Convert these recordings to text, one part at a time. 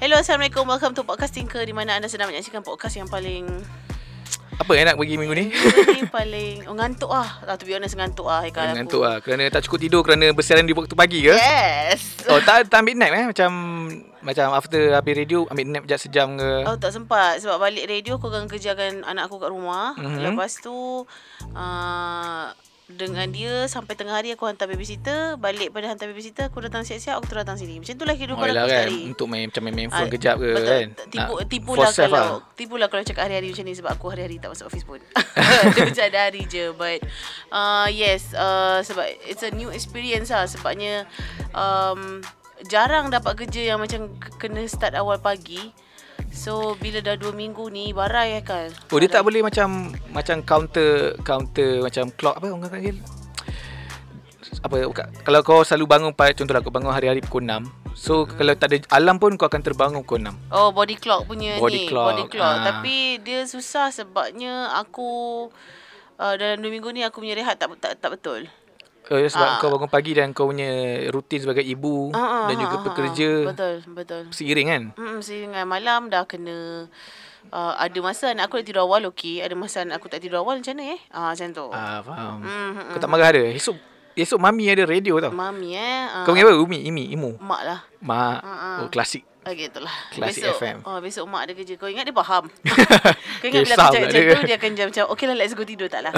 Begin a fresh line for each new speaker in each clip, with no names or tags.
Hello, Assalamualaikum. Welcome to Podcast Tinker di mana anda sedang menyaksikan podcast yang paling
Apa yang nak bagi minggu ni?
ini paling oh, ngantuk ah. Lah to be honest ngantuk ah Haikal aku.
Ngantuk lah Kerana tak cukup tidur Kerana bersiaran di waktu pagi ke?
Yes.
Oh tak, tak ambil nap eh Macam Macam after habis radio Ambil nap sekejap sejam ke
Oh tak sempat sebab balik radio aku akan kerjakan anak aku kat rumah. Mm-hmm.
Mhm.
Lepas tu uh, dengan dia sampai tengah hari aku hantar babysitter, balik pada hantar babysitter aku datang siap-siap aku datang sini. Macam itulah kehidupan aku
yelah
setiap
kan
hari.
Untuk main Macam main, main
Ah,
phone kejap ke
betul.
kan
T- Tipu,
Nak
tipulah
force self
kalau
lah.
tipulah kalau cakap hari-hari macam ni sebab aku hari-hari tak masuk office pun. Dia macam ada hari je but uh, yes uh, sebab it's a new experience lah sebabnya um, jarang dapat kerja yang macam k- kena start awal pagi. So bila dah 2 minggu ni barai ya kan.
Oh dia tak boleh macam Macam counter Counter Macam clock Apa orang panggil Apa bukan. Kalau kau selalu bangun pa- Contohlah kau bangun hari-hari pukul 6 So hmm. kalau tak ada alam pun Kau akan terbangun pukul 6
Oh body clock punya ni
Body clock,
Body clock
ah.
Tapi dia susah sebabnya aku uh, Dalam 2 minggu ni aku punya rehat tak tak, tak betul
Uh,
Ah.
sebab kau bangun pagi dan kau punya rutin sebagai ibu
Ah, ah,
dan juga
ah, ah,
pekerja
ah. Betul, betul.
seiring kan?
Hmm, sehingga malam dah kena uh, ada masa anak aku dah tidur awal okey, ada masa anak aku tak tidur awal macam mana eh? Ah macam tu.
Ah faham.
Hmm, hmm,
Kau tak marah dia. Esok esok mami ada radio tau.
Mami eh. Ah,
Kau panggil apa? Umi, Imi, Imu.
mak lah.
Ma.
ah.
Oh klasik.
Okay, itulah.
Classic
besok,
FM.
Oh, besok mak ada kerja. Kau ingat dia faham. Kau ingat bila
Kisah
aku cakap
pula
macam
dia.
tu, dia akan macam, macam okay lah, let's go tidur tak lah.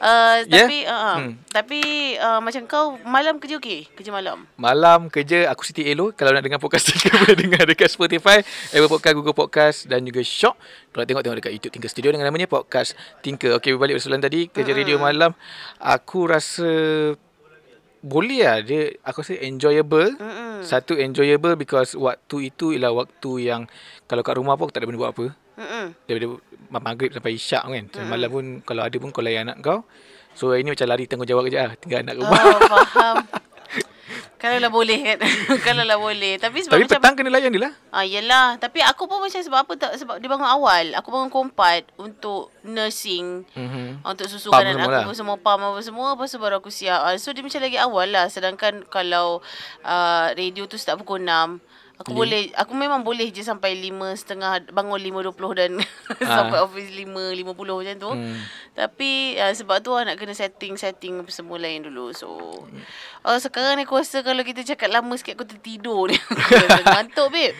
uh,
Yeah?
Tapi, uh,
Hmm.
tapi uh, macam kau malam kerja okey? Kerja malam?
Malam kerja aku Siti Elo. Kalau nak dengar podcast Tinker boleh dengar dekat Spotify, Apple Podcast, Google Podcast dan juga Shock. Kalau nak tengok tengok dekat YouTube Tinker Studio dengan namanya Podcast Tinker. Okey, balik usulan tadi kerja
Ah.
radio malam. Aku rasa boleh lah dia aku rasa enjoyable
Mm-mm.
satu enjoyable because waktu itu ialah waktu yang kalau kat rumah pun aku tak ada benda buat apa
Mm-mm.
daripada ma- maghrib sampai isyak kan mm. malam pun kalau ada pun kau layan anak kau so hari ni macam lari tanggungjawab kerja lah tinggal anak rumah
Oh, faham. Kalau lah boleh kan. Kalau lah boleh. Tapi sebab
tapi
macam
petang kena layan dia lah
Ah yelah, tapi aku pun macam sebab apa tak sebab dia bangun awal. Aku bangun kompat untuk nursing.
mm-hmm.
Untuk susu
Pump
kanan
semua
aku
lah.
pun semua pam apa semua Lepas tu baru aku siap Ah, So dia macam lagi awal lah Sedangkan kalau uh, radio tu start pukul 6 Aku yeah. boleh Aku memang boleh je sampai 5.30 Bangun 5.20 dan
Ah.
Sampai office 5.50 macam tu hmm. Tapi uh, sebab tu lah nak kena setting-setting Semua lain dulu So
Hmm.
uh, Sekarang ni aku rasa Kalau kita cakap lama sikit Aku tertidur ni Aku rasa Ngantuk babe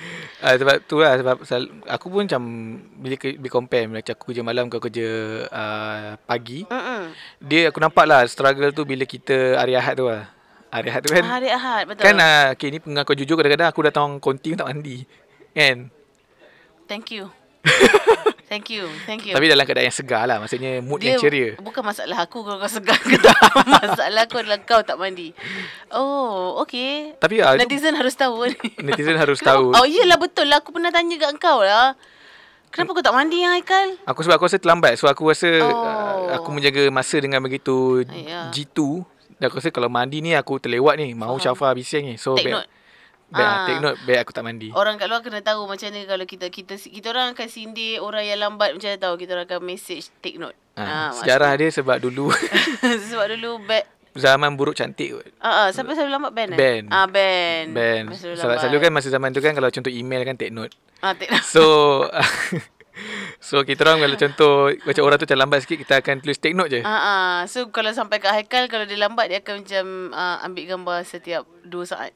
uh, sebab tu lah sebab sel- aku pun macam bila, ke- bila compare macam aku kerja malam kau kerja uh, pagi
Mm-mm.
dia aku nampak lah struggle tu bila kita hari Ahad tu lah hari Ahad tu kan
Hari Ahad betul
Kan uh, okay, ni pengaku jujur kadang-kadang aku datang konti pun tak mandi. Kan?
Thank you Thank you Thank you
Tapi dalam keadaan yang segar lah. Maksudnya mood
dia
yang ceria.
bukan masalah aku kalau kau segar ke tak. masalah aku adalah kau tak mandi. Oh, okay.
Tapi ah, itu
Netizen harus tahu ni.
netizen harus tahu.
Oh, iyalah betul lah. Aku pernah tanya kat kau lah. Kenapa kau tak mandi, ah, Haikal?
Aku sebab aku rasa terlambat. So aku rasa
Oh.
uh, aku menjaga masa dengan begitu
Ya.
jitu. Dan aku rasa kalau mandi ni aku terlewat ni. Mau Syafa bising ni. So
Take
baik,
note.
Baik,
Ah. Oh.
ah. take note. Baik aku tak mandi.
Orang kat luar kena tahu macam mana kalau kita kita kita orang akan sindir orang yang lambat macam mana tahu kita orang akan message take note.
Ah,
Ah,
sejarah dia sebab dulu
maksud- sebab dulu back
zaman buruk cantik kot.
Ah, uh, siapa selalu lambat Ben eh?
Ben.
Ah, Ben.
Ben.
Selalu
Selalu, selalu kan masa zaman tu kan kalau contoh email kan take note.
Ah, take note.
So So kita orang kalau contoh Macam orang tu macam lambat sikit Kita akan tulis take note je
Ah, ah. so kalau sampai kat Haikal kalau dia lambat dia akan macam uh, ambil gambar setiap 2 saat.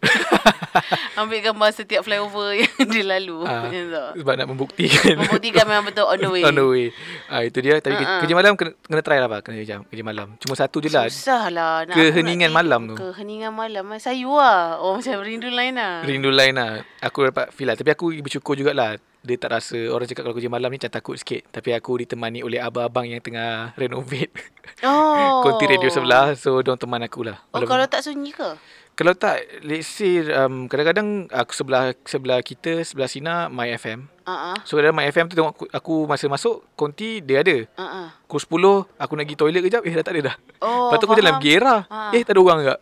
ambil gambar setiap flyover yang dia lalu.
Ah,
Macam tu.
Sebab nak membuktikan
Membuktikan memang betul on the way.
On the way Ah, Itu dia Tapi uh-uh. kerja malam kena, kena try lah pak Kena kerja, kerja malam Cuma satu je lah
Susah lah nak aku
Keheningan
nak
malam
tidur.
tu.
Keheningan malam eh. Sayu lah Oh macam rindu lain lah
Rindu lain lah Aku dapat feel lah Tapi aku bersyukur jugalah Dia tak rasa Orang cakap kalau kerja malam ni Macam takut sikit Tapi aku ditemani oleh abang-abang Yang tengah renovate
Oh
Konti radio sebelah So diorang teman aku lah
Oh
Walaupun-
kalau tak sunyi ke?
Kalau tak Let's say um, Kadang-kadang Aku sebelah Sebelah kita Sebelah Sina My FM
Ah ah.
So dalam My FM tu tengok aku, aku masa masuk konti dia ada.
Ah ah.
Pukul 10 aku nak pergi toilet kejap eh dah tak ada dah.
Oh,
Lepas tu aku jalan
faham.
bergera.
Ha.
Ha. Eh tak ada orang enggak.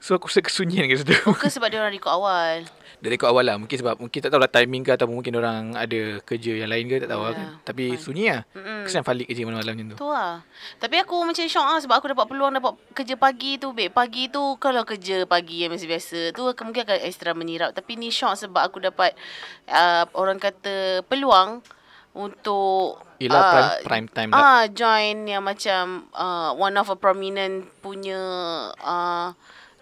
So aku rasa kesunyian kat situ.
Ke sebab dia orang record awal.
Dari kau awal lah Mungkin sebab Mungkin tak tahulah timing ke Atau mungkin orang ada kerja yang lain ke Tak tahu lah kan
Ya,
Tapi sunyi lah Kesian Falik kerja malam-malam macam tu
Tu lah. Tapi aku macam syok lah sebab aku dapat peluang dapat kerja pagi tu. Babe, pagi tu kalau kerja pagi yang biasa-biasa tu aku mungkin akan extra menyirap. Tapi ni syok sebab aku dapat uh, orang kata peluang untuk
Yelah
ah,
prime, prime time lah
Ah, join yang macam uh, one of a prominent punya uh,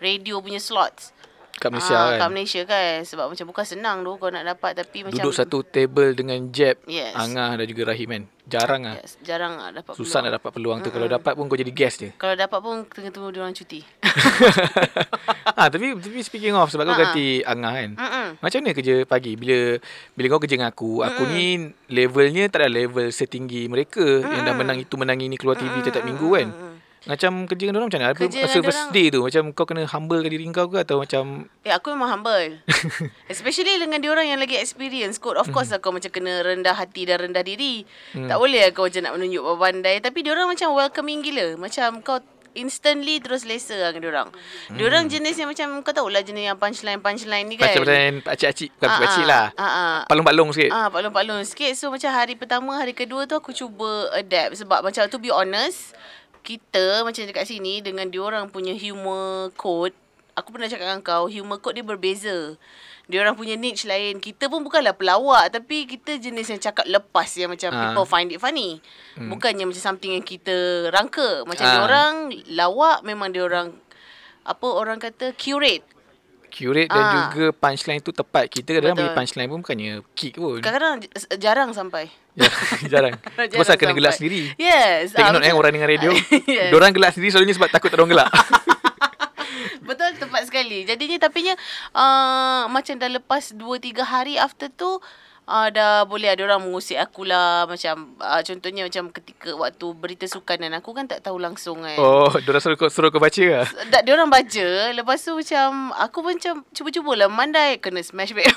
radio punya slots.
Kat Malaysia
Ah,
kan
Kat Malaysia kan. Sebab macam bukan senang tu kau nak dapat tapi macam
Duduk satu table dengan Jeb
Yes.
Angah dan juga Rahim kan Jarang lah
yes, jarang lah dapat peluang.
Susah nak dapat peluang tu Kalau dapat pun kau jadi guest je
Kalau dapat pun tengah tunggu dia orang cuti.
ah, tapi, tapi speaking of Sebab kau ganti Angah kan
Mm-mm.
Macam mana kerja pagi Bila bila kau kerja dengan aku Aku ni levelnya tak ada level setinggi mereka Yang dah menang itu menang ini Keluar TV tiap-tiap minggu kan Macam kerja dengan orang macam mana
Kerja
Apa
dengan
Service
dorang-
day tu Macam kau kena humble ke diri kau ke Atau macam
Eh aku memang humble. Especially dengan dia orang yang lagi experience kot. Of course mm. aku macam kena rendah hati dan rendah diri. Mm. Tak boleh aku macam nak menunjuk pandai tapi dia orang macam welcoming gila. Macam kau instantly terus lesa lah dengan dia orang. Mm. Dia orang jenis yang macam kau tahulah jenis yang punchline punchline ni kan.
Macam-macam Pakcik-acik Bukan
Ah, ah,
pakcik lah
ah, ah.
Palung-palung sikit
Ah, Pak Long Pak Long sikit. So macam hari pertama, hari kedua tu aku cuba adapt sebab macam to be honest, kita macam dekat sini dengan diorang punya humor code. Aku pernah cakap dengan kau, humor code dia berbeza. Diorang punya niche lain. Kita pun bukanlah pelawak tapi kita jenis yang cakap lepas yang macam
Ah. Hmm.
people find it funny. Bukannya macam something yang kita rangka. Macam
Ah.
diorang lawak memang diorang apa orang kata curate.
Curate dan
Ah.
juga punchline tu tepat Kita
Betul.
kadang-kadang bagi punchline pun Bukannya kick pun
Kadang-kadang j- jarang sampai.
Ya, Jarang
Jarang
Pasal kena
sampai.
gelak sendiri
Yes. Ah,
Tengok eh
macam-
orang dengan radio
Yes.
Diorang gelak sendiri selalunya sebab takut tak ada orang gelak
Betul tepat sekali. Jadinya tapinya uh, macam dah lepas 2 3 hari after tu uh, dah boleh ada orang mengusik aku lah macam uh, contohnya macam ketika waktu berita sukan dan aku kan tak tahu langsung kan. Oh.
Oh Diorang suruh kau, suruh kau baca lah. ke
Tak dia orang baca Lepas tu macam Aku pun macam Cuba-cubalah Mandai Kena smash babe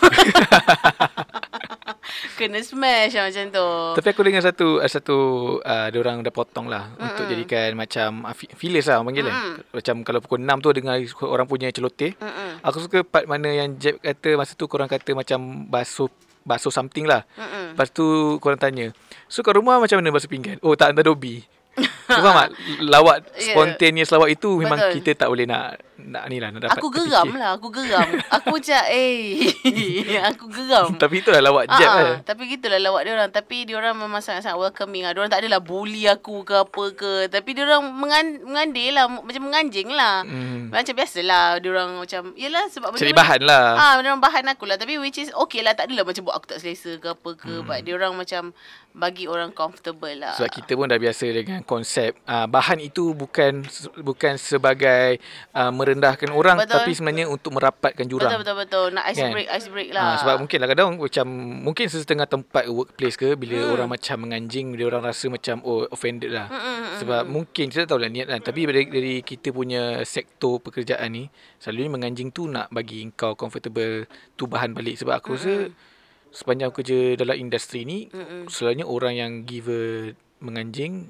Kena smash lah macam tu
Tapi aku dengar satu uh, satu uh, dia orang dah potong lah mm-hmm. untuk jadikan macam uh, fi- fillers lah orang panggil mm-hmm. Macam kalau pukul 6 tu dengar orang punya celoteh.
Mm-mm.
Aku suka part mana yang Jeb kata masa tu korang kata macam basuh basuh something lah.
Mm-mm.
Lepas tu korang tanya, "So kat rumah macam mana basuh pinggan?" "Oh, tak hantar dobi." Kau faham tak? Lawak
Ya.
yeah. spontaneous lawak itu memang
Betul.
kita tak boleh nak nak ni lah nak dapat.
Aku
terfikir.
geram lah Aku geram Aku macam Eh Aku geram
Tapi itulah lawak
Ah,
Jeb
ah,
lah.
Tapi gitulah lawak dia orang. Tapi dia orang memang sangat-sangat welcoming ah. Dia orang tak adalah bully aku ke apa ke. Tapi dia orang mengan, mengandil lah macam menganjing lah.
Hmm.
Macam biasalah dia orang macam yalah sebab
Cari
benda-
bahan lah.
Ah, dia orang bahan aku lah. Tapi which is okay lah. Tak adalah macam buat aku tak selesa ke apa ke. Hmm. But dia orang macam bagi orang comfortable lah.
Sebab kita pun dah biasa dengan konsep uh, bahan itu bukan bukan sebagai uh, merendahkan orang
Betul.
Betul. tapi sebenarnya untuk merapatkan jurang.
Betul betul betul. Nak ice
Kan?
break, ice break lah.
Ah, sebab mungkin lah kadang macam mungkin sesetengah tempat workplace ke bila hmm. orang macam menganjing bila orang rasa macam oh offended lah.
hmm,
Sebab mungkin kita tak tahulah niat lah tapi dari, dari kita punya sektor pekerjaan ni selalunya menganjing tu nak bagi kau comfortable tu bahan balik sebab aku rasa
Hmm,
sepanjang aku kerja dalam industri ni hmm. selalunya orang yang giver menganjing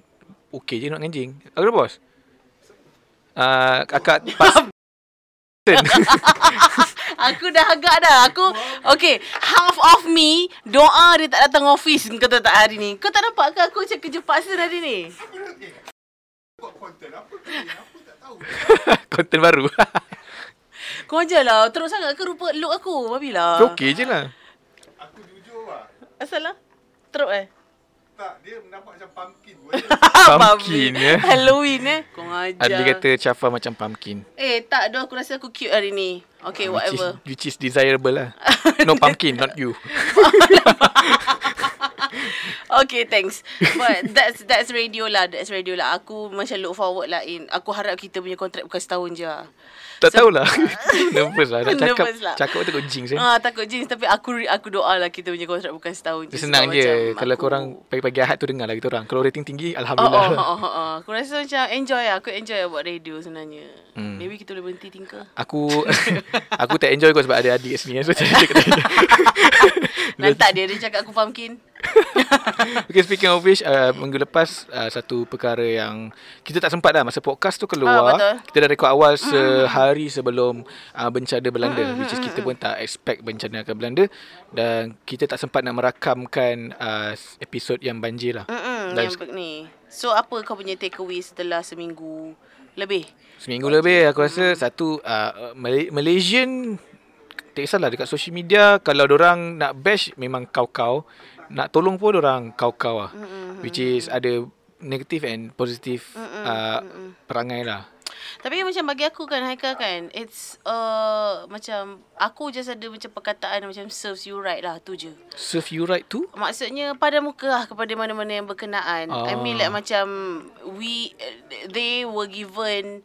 okey je nak menganjing. Aku dah bos. Uh, akak pas
Aku dah agak dah. Aku okay, half of me doa dia tak datang office kata tak hari ni. Kau tak nampak ke aku macam kerja paksa hari ni?
konten baru.
Kau je lah. Teruk sangat ke rupa look aku? Babilah.
okey je lah.
Aku jujur lah
Asal lah. Teruk eh?
Tak, dia nampak macam pumpkin
Pumpkin,
Babi.
eh.
Halloween eh. Kau ajar.
Adli kata Chafa macam pumpkin.
Eh tak doh aku rasa aku cute hari ni. Okay
Ah,
whatever.
Which is, which is desirable lah. no pumpkin, not you.
Okay thanks. But that's that's radio lah. That's radio lah. Aku macam look forward lah in. Aku harap kita punya kontrak bukan setahun je lah.
Tak tahulah. Nervous lah. Nak cakap,
Nervous lah.
cakap tu kot jinx eh.
Ah takut jeans tapi aku aku doa lah kita punya kontrak bukan setahun je.
Dia senang
sebab
je.
macam
Kalau
aku-
korang pagi-pagi ahad tu dengar lah kita orang. Kalau rating
Oh,
tinggi,
oh,
Alhamdulillah.
oh,
lah.
oh, oh, oh. Aku rasa macam enjoy lah. Aku enjoy lah buat radio sebenarnya. Hmm. Maybe kita boleh berhenti tinker.
Aku aku tak enjoy kot sebab ada adik kat sini. eh. So, saya cakap tak enjoy.
Nantak Lah, dia, dia cakap aku pumpkin.
Okay, speaking of which, uh, minggu lepas uh, satu perkara yang kita tak sempat dah masa podcast tu
Ah,
keluar.
betul.
kita dah rekod awal sehari sebelum uh, bencana Belanda mm which is kita pun tak expect bencana akan Belanda dan kita tak sempat nak merakamkan uh, episod yang banjir lah.
Mm-mm,
Dan
yang
se-
be- ni. So apa kau punya takeaway setelah seminggu lebih?
Seminggu lebih aku rasa satu uh, Mal- Malaysian tak kisahlah dekat social media kalau orang nak bash memang kau-kau nak tolong pun orang kau-kau lah mm-hmm. which is ada negative and positive uh, perangai lah
Tapi macam bagi aku kan Haikal kan It's uh, Macam Aku just ada macam perkataan Macam serves you right lah Tu je
serve you right too
Maksudnya pada muka lah Kepada mana-mana yang berkenaan I mean
Ah.
like macam We They were given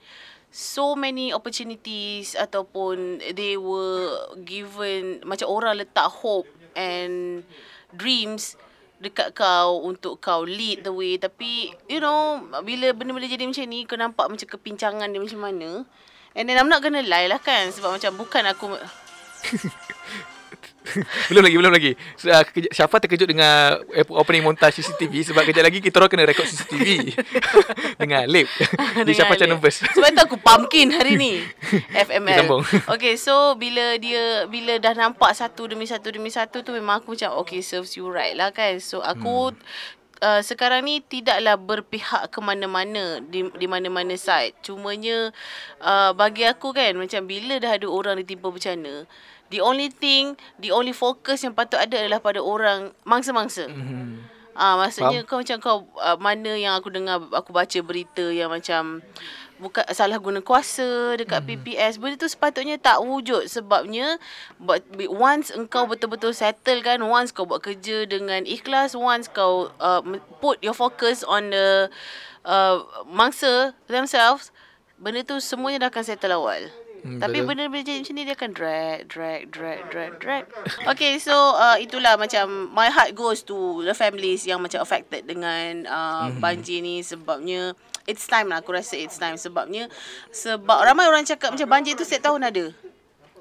So many opportunities Ataupun They were given Macam orang letak hope And Dreams Dekat kau Untuk kau lead the way Tapi You know Bila benda-benda jadi macam ni Kau nampak macam kepincangan dia macam mana And then I'm not gonna lie lah kan Sebab macam bukan aku
belum lagi belum lagi so, uh, keja- Syafa terkejut dengan ep- opening montage CCTV sebab kejap lagi kita orang kena rekod CCTV dengan lip jadi
Dengar
Syafa macam
dia.
nervous
Sebab tu aku pumpkin hari ni. FML.
Dia sambung.
Okay, so bila dia bila dah nampak satu demi satu demi satu tu memang aku macam okay serves you right lah kan. So aku hmm. uh, sekarang ni tidaklah berpihak ke mana-mana di, di mana-mana side. Cumanya uh, bagi aku kan macam bila dah ada orang ditimpa bencana The only thing, the only focus yang patut ada adalah pada orang mangsa-mangsa.
Hmm.
Ah maksudnya Faham? kau macam kau uh, mana yang aku dengar aku baca berita yang macam bukan salah guna kuasa dekat hmm. PPS benda tu sepatutnya tak wujud sebabnya but once engkau betul-betul settle kan once kau buat kerja dengan ikhlas once kau uh, put your focus on the uh, mangsa themselves benda tu semuanya dah akan settle awal
Hmm,
tapi
betul.
benda-benda jadi macam ni dia akan drag, drag, drag, drag, drag. Okay, so uh, itulah macam my heart goes to the families yang macam affected dengan uh, banjir ni sebabnya it's time lah aku rasa it's time sebabnya sebab ramai orang cakap macam banjir tu setiap tahun ada.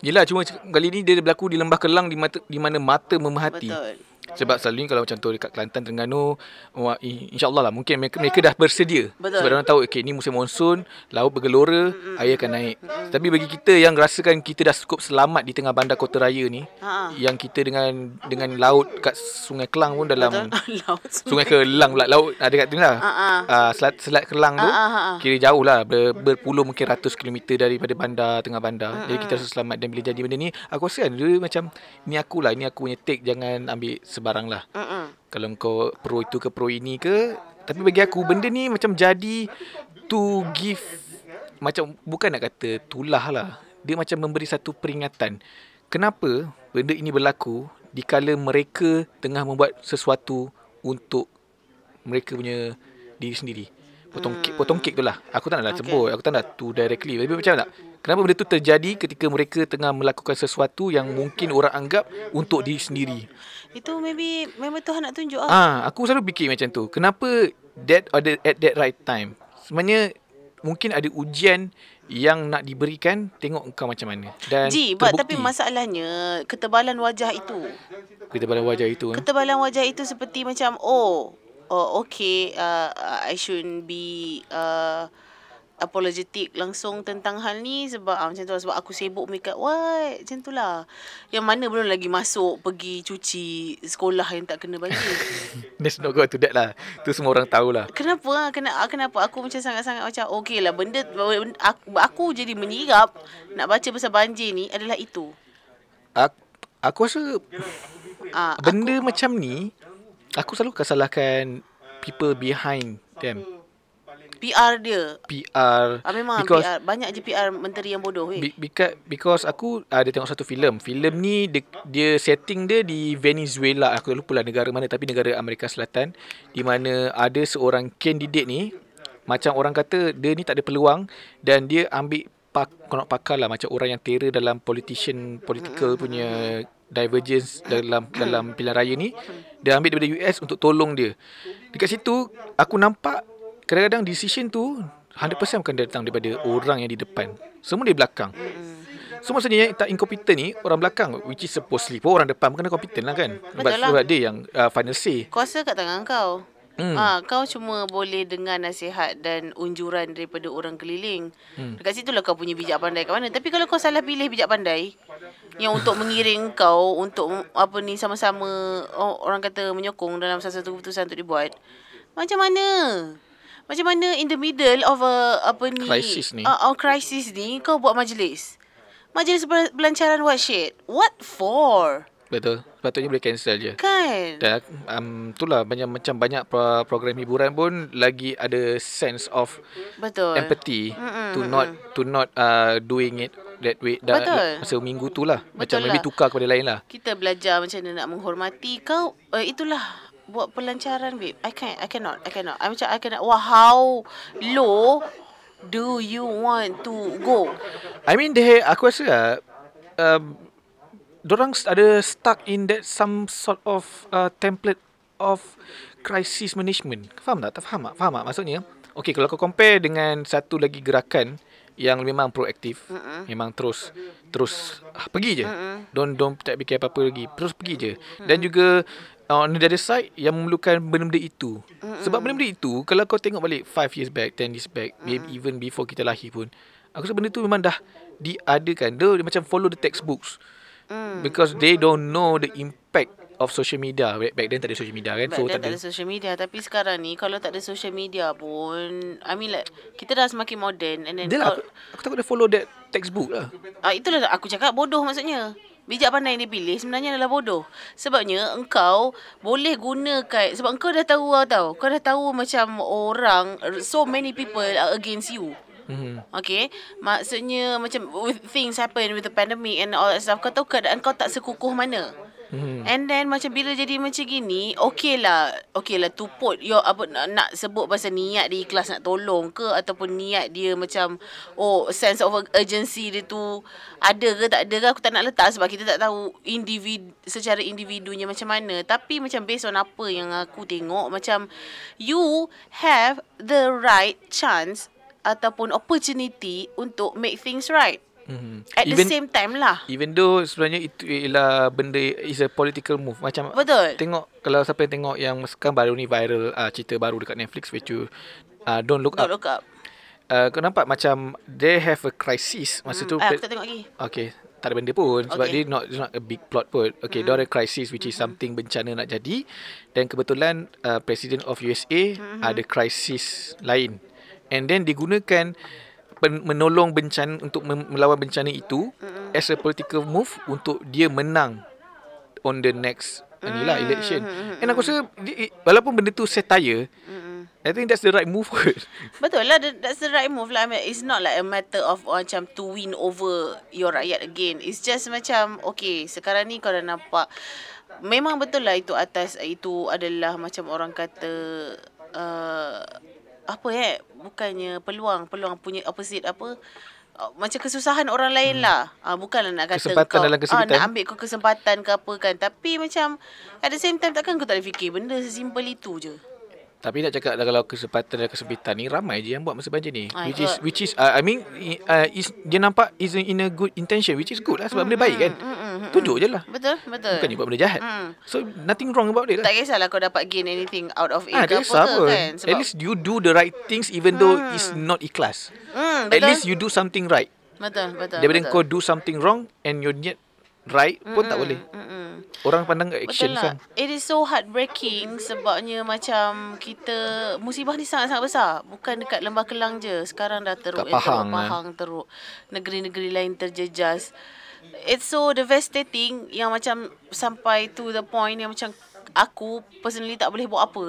Yelah cuma c- kali ni dia berlaku di Lembah Kelang di, mata, di mana mata memehati.
Betul.
Sebab selalunya kalau macam tu dekat Kelantan, Terengganu, wah, i- insyaAllah lah mungkin mereka, mereka dah bersedia.
Betul.
Sebab orang tahu, okay, ni musim monsun, laut bergelora, air akan naik. Tapi bagi kita yang rasakan kita dah cukup selamat di tengah bandar kota raya ni,
Ha.
yang kita dengan dengan laut kat Sungai Kelang pun dalam...
Laut.
Sungai Kelang pula laut ada kat sini lah.
ah.
Ah, selat selat Kelang tu
Ah, ah, ah, ah.
kira jauh lah ber, berpuluh mungkin ratus kilometer daripada bandar tengah bandar.
Ah,
Jadi kita rasa selamat dan bila jadi benda ni aku rasa kan dia macam ni akulah ni aku punya take jangan ambil sebarang lah.
Mm-mm.
Kalau kau pro itu ke pro ini ke tapi bagi aku benda ni macam jadi to give macam bukan nak kata tulah lah. Dia macam memberi satu peringatan. Kenapa benda ini berlaku dikala mereka tengah membuat sesuatu untuk mereka punya diri sendiri. Potong kek, potong kek tu lah. Aku tak nak lah
Okay.
cebur. Aku tak nak tu directly. Tapi macam mana tak? Kenapa benda tu terjadi ketika mereka tengah melakukan sesuatu yang mungkin orang anggap untuk diri sendiri?
Itu maybe memang Tuhan nak tunjuk ah.
Ah, aku selalu fikir macam tu. Kenapa that or the, at that right time? Sebenarnya mungkin ada ujian yang nak diberikan tengok engkau macam mana dan
Ji, but tapi masalahnya ketebalan wajah itu.
kita pada wajah itu eh.
Ketebalan wajah itu seperti macam oh, oh okay, uh, I shouldn't be uh, apologetic langsung tentang hal ni sebab ah, macam tu lah, sebab aku sibuk make up what macam tu lah yang mana belum lagi masuk pergi cuci sekolah yang tak kena banjir
let's not go to that lah tu semua orang lah. tahulah
kenapa ah kena ah, kenapa aku macam sangat-sangat macam okay lah benda benda- aku, aku jadi menyirap nak baca pasal banjir ni adalah itu
aku, aku rasa
ah
benda macam ni aku selalu kesalahkan people behind them
PR dia
PR
ah, memang
because
PR banyak je PR menteri yang bodoh weh
Be- because, because aku ada tengok satu filem. Filem ni dia, dia setting dia di Venezuela. Aku tak lupa lah negara mana tapi negara Amerika Selatan di mana ada seorang kandidat ni macam orang kata dia ni tak ada peluang dan dia ambil pak konok pakar lah macam orang yang terror dalam politician political punya divergence dalam dalam pilihan raya ni dia ambil daripada US untuk tolong dia dekat situ aku nampak kadang-kadang decision tu 100% bukan datang daripada orang yang di depan. Semua di belakang. So maksudnya yang tak incompetent ni orang belakang which is supposedly pun orang depan pun kena competent lah kan. But,
Betul lah.
but dia yang uh, final say.
Kuasa kat tangan kau.
Hmm.
Hmm. Ha, kau cuma boleh dengar nasihat dan unjuran daripada orang keliling. Hmm. Dekat situlah kau punya bijak pandai kat mana. Tapi kalau kau salah pilih bijak pandai yang untuk mengiring kau untuk apa ni sama-sama oh, orang kata menyokong dalam satu keputusan untuk dibuat. Macam mana? Macam mana in the middle of a apa ni
Crisis ni.
Uh, uh, crisis ni kau buat majlis. Majlis bel- belancaran what shit? What for?
Betul. Sepatutnya boleh cancel je.
Kan?
Dan um, itulah banyak macam banyak pro- program hiburan pun lagi ada sense of
Betul.
empathy
Mm-mm,
to not to not uh, doing it that way dah
Betul.
masa minggu tu lah macam
Betul lah.
maybe tukar kepada lain lah
kita belajar macam mana nak menghormati kau uh, itulah buat pelancaran babe I can't I cannot I cannot I macam I cannot wow how low do you want to go
I mean they aku rasa lah, um, orang ada stuck in that some sort of uh, template of crisis management faham tak tak faham tak faham tak maksudnya Okay, kalau kau compare dengan satu lagi gerakan yang memang proaktif, mm memang terus terus ah, pergi je. mm Don't don't tak fikir apa-apa lagi, terus pergi je. Dan juga uh, on the other side yang memerlukan benda-benda itu. mm Sebab benda-benda itu kalau kau tengok balik 5 years back, 10 years back, maybe even before kita lahir pun, aku rasa benda tu memang dah diadakan. Dia, dia macam follow the textbooks.
Hmm.
Mm. Because they don't know the impact of social media. Back back then tak ada social media kan.
But
so
so, tak ada
ada.
social media Tapi sekarang ni Kalau tak ada social media pun I mean like Kita dah semakin modern And then
Dia lah,
kau,
aku, aku takut dia follow that textbook lah.
Ah itulah aku cakap bodoh maksudnya. Bijak pandai yang dia pilih sebenarnya adalah bodoh. Sebabnya engkau boleh gunakan sebab engkau dah tahu lah tau. Kau dah tahu macam orang so many people are against you.
Mhm.
Okay Maksudnya Macam with Things happen With the pandemic And all that stuff Kau tahu keadaan kau tak sekukuh mana
Mhm.
And then macam bila jadi macam gini Okay lah Okay lah tuput your, apa, nak, nak sebut pasal niat dia ikhlas nak tolong ke Ataupun niat dia macam Oh sense of urgency dia tu Ada ke tak ada ke Aku tak nak letak sebab kita tak tahu individu Secara individunya macam mana Tapi macam based on apa yang aku tengok Macam You have the right chance Ataupun opportunity Untuk make things right
Mhm.
At
even
the same time lah
even though sebenarnya itu ialah benda is a political move macam
Betul
Tengok kalau siapa yang tengok yang sekarang baru ni viral uh, cerita baru dekat Netflix which you uh, don't look
Don't
up.
look up
Uh, kau nampak macam they have a crisis masa tu.
Ah, Aku tak tengok lagi
Okay Tak ada benda pun Sebab
Okay.
dia not, it's not a big plot pun Okay mm. Dia ada crisis Which is something bencana nak jadi Dan kebetulan uh, President of USA mm-hmm. Ada crisis lain And then digunakan pen- Menolong bencana Untuk mem- melawan bencana itu mm-hmm. As a political move Untuk dia menang On the next mm. Inilah election And aku rasa di- i- Walaupun benda tu satire mm. I think that's the right move kot
Betul lah that- That's the right move lah I mean, It's not like a matter of uh, Macam to win over Your rakyat again It's just macam Okay Sekarang ni kau dah nampak Memang betul lah itu atas Itu adalah Macam orang kata uh, Apa eh Bukannya peluang Peluang punya opposite apa Uh, macam kesusahan orang lain lah hmm. Bukanlah nak kata
Kesempatan
kau ah,
dalam kesempitan.
nak ambil kau kesempatan ke apa kan Tapi macam At the same time takkan kau tak boleh fikir Benda sesimpel itu je
Tapi nak cakap lah kalau kesempatan dan kesempitan ni ramai je yang buat masa banjir ni.
Ah,
which is
ikut.
which is uh, I mean i- uh, is dia nampak is in a good intention which is good lah sebab benda baik kan. Tunjuk je lah.
Betul betul
Bukan dia buat benda jahat.
Mm.
So nothing wrong about it lah.
Tak kisahlah kau dapat gain anything out of it
Ah,
ke apa
tak kisah
ke
apa.
kan. Sebab,
At least you do the right things even though it's not ikhlas.
hmm,
At least you do something right.
betul, betul,
Daripada
betul.
kau do something wrong and your niat right pun tak boleh.
Mm-mm.
Orang pandang
Hmm. Betul
action
lah.
sang.
It is so heartbreaking sebabnya macam kita musibah ni sangat-sangat besar. Bukan dekat Lembah Kelang je. Sekarang dah teruk.
Kat
yang
Pahang,
teruk,
eh.
Pahang teruk. Negeri-negeri lain terjejas. It's so devastating yang macam sampai to the point yang macam aku personally tak boleh buat apa.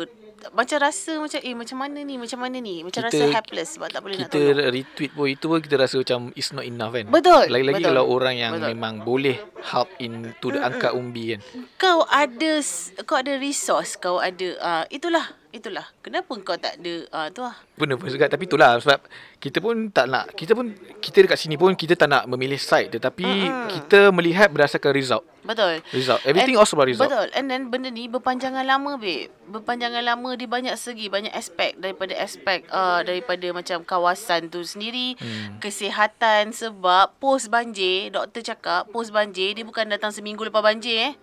Macam rasa macam eh macam mana ni, macam mana ni. Macam
Kita-
rasa helpless sebab tak boleh nak
kita
tolong.
retweet pun itu pun kita rasa macam it's not enough kan.
Betul,
Lagi-lagi
betul.
kalau orang yang
Betul.
betul. memang boleh help in to the angkat umbi kan.
kau ada s- kau ada resource kau ada uh, itulah itulah kenapa kau tak ada ah tu lah
pun nervous juga tapi itulah sebab kita pun tak nak kita pun kita dekat sini pun kita tak nak memilih side tetapi mm-hmm. kita melihat berdasarkan result
Betul.
Result. Everything also about result.
Betul. And then benda ni berpanjangan lama, babe. Berpanjangan lama di banyak segi, banyak aspek. Daripada aspek uh, daripada macam kawasan tu sendiri, hmm. kesihatan sebab post banjir, doktor cakap post banjir, dia bukan datang seminggu lepas banjir eh.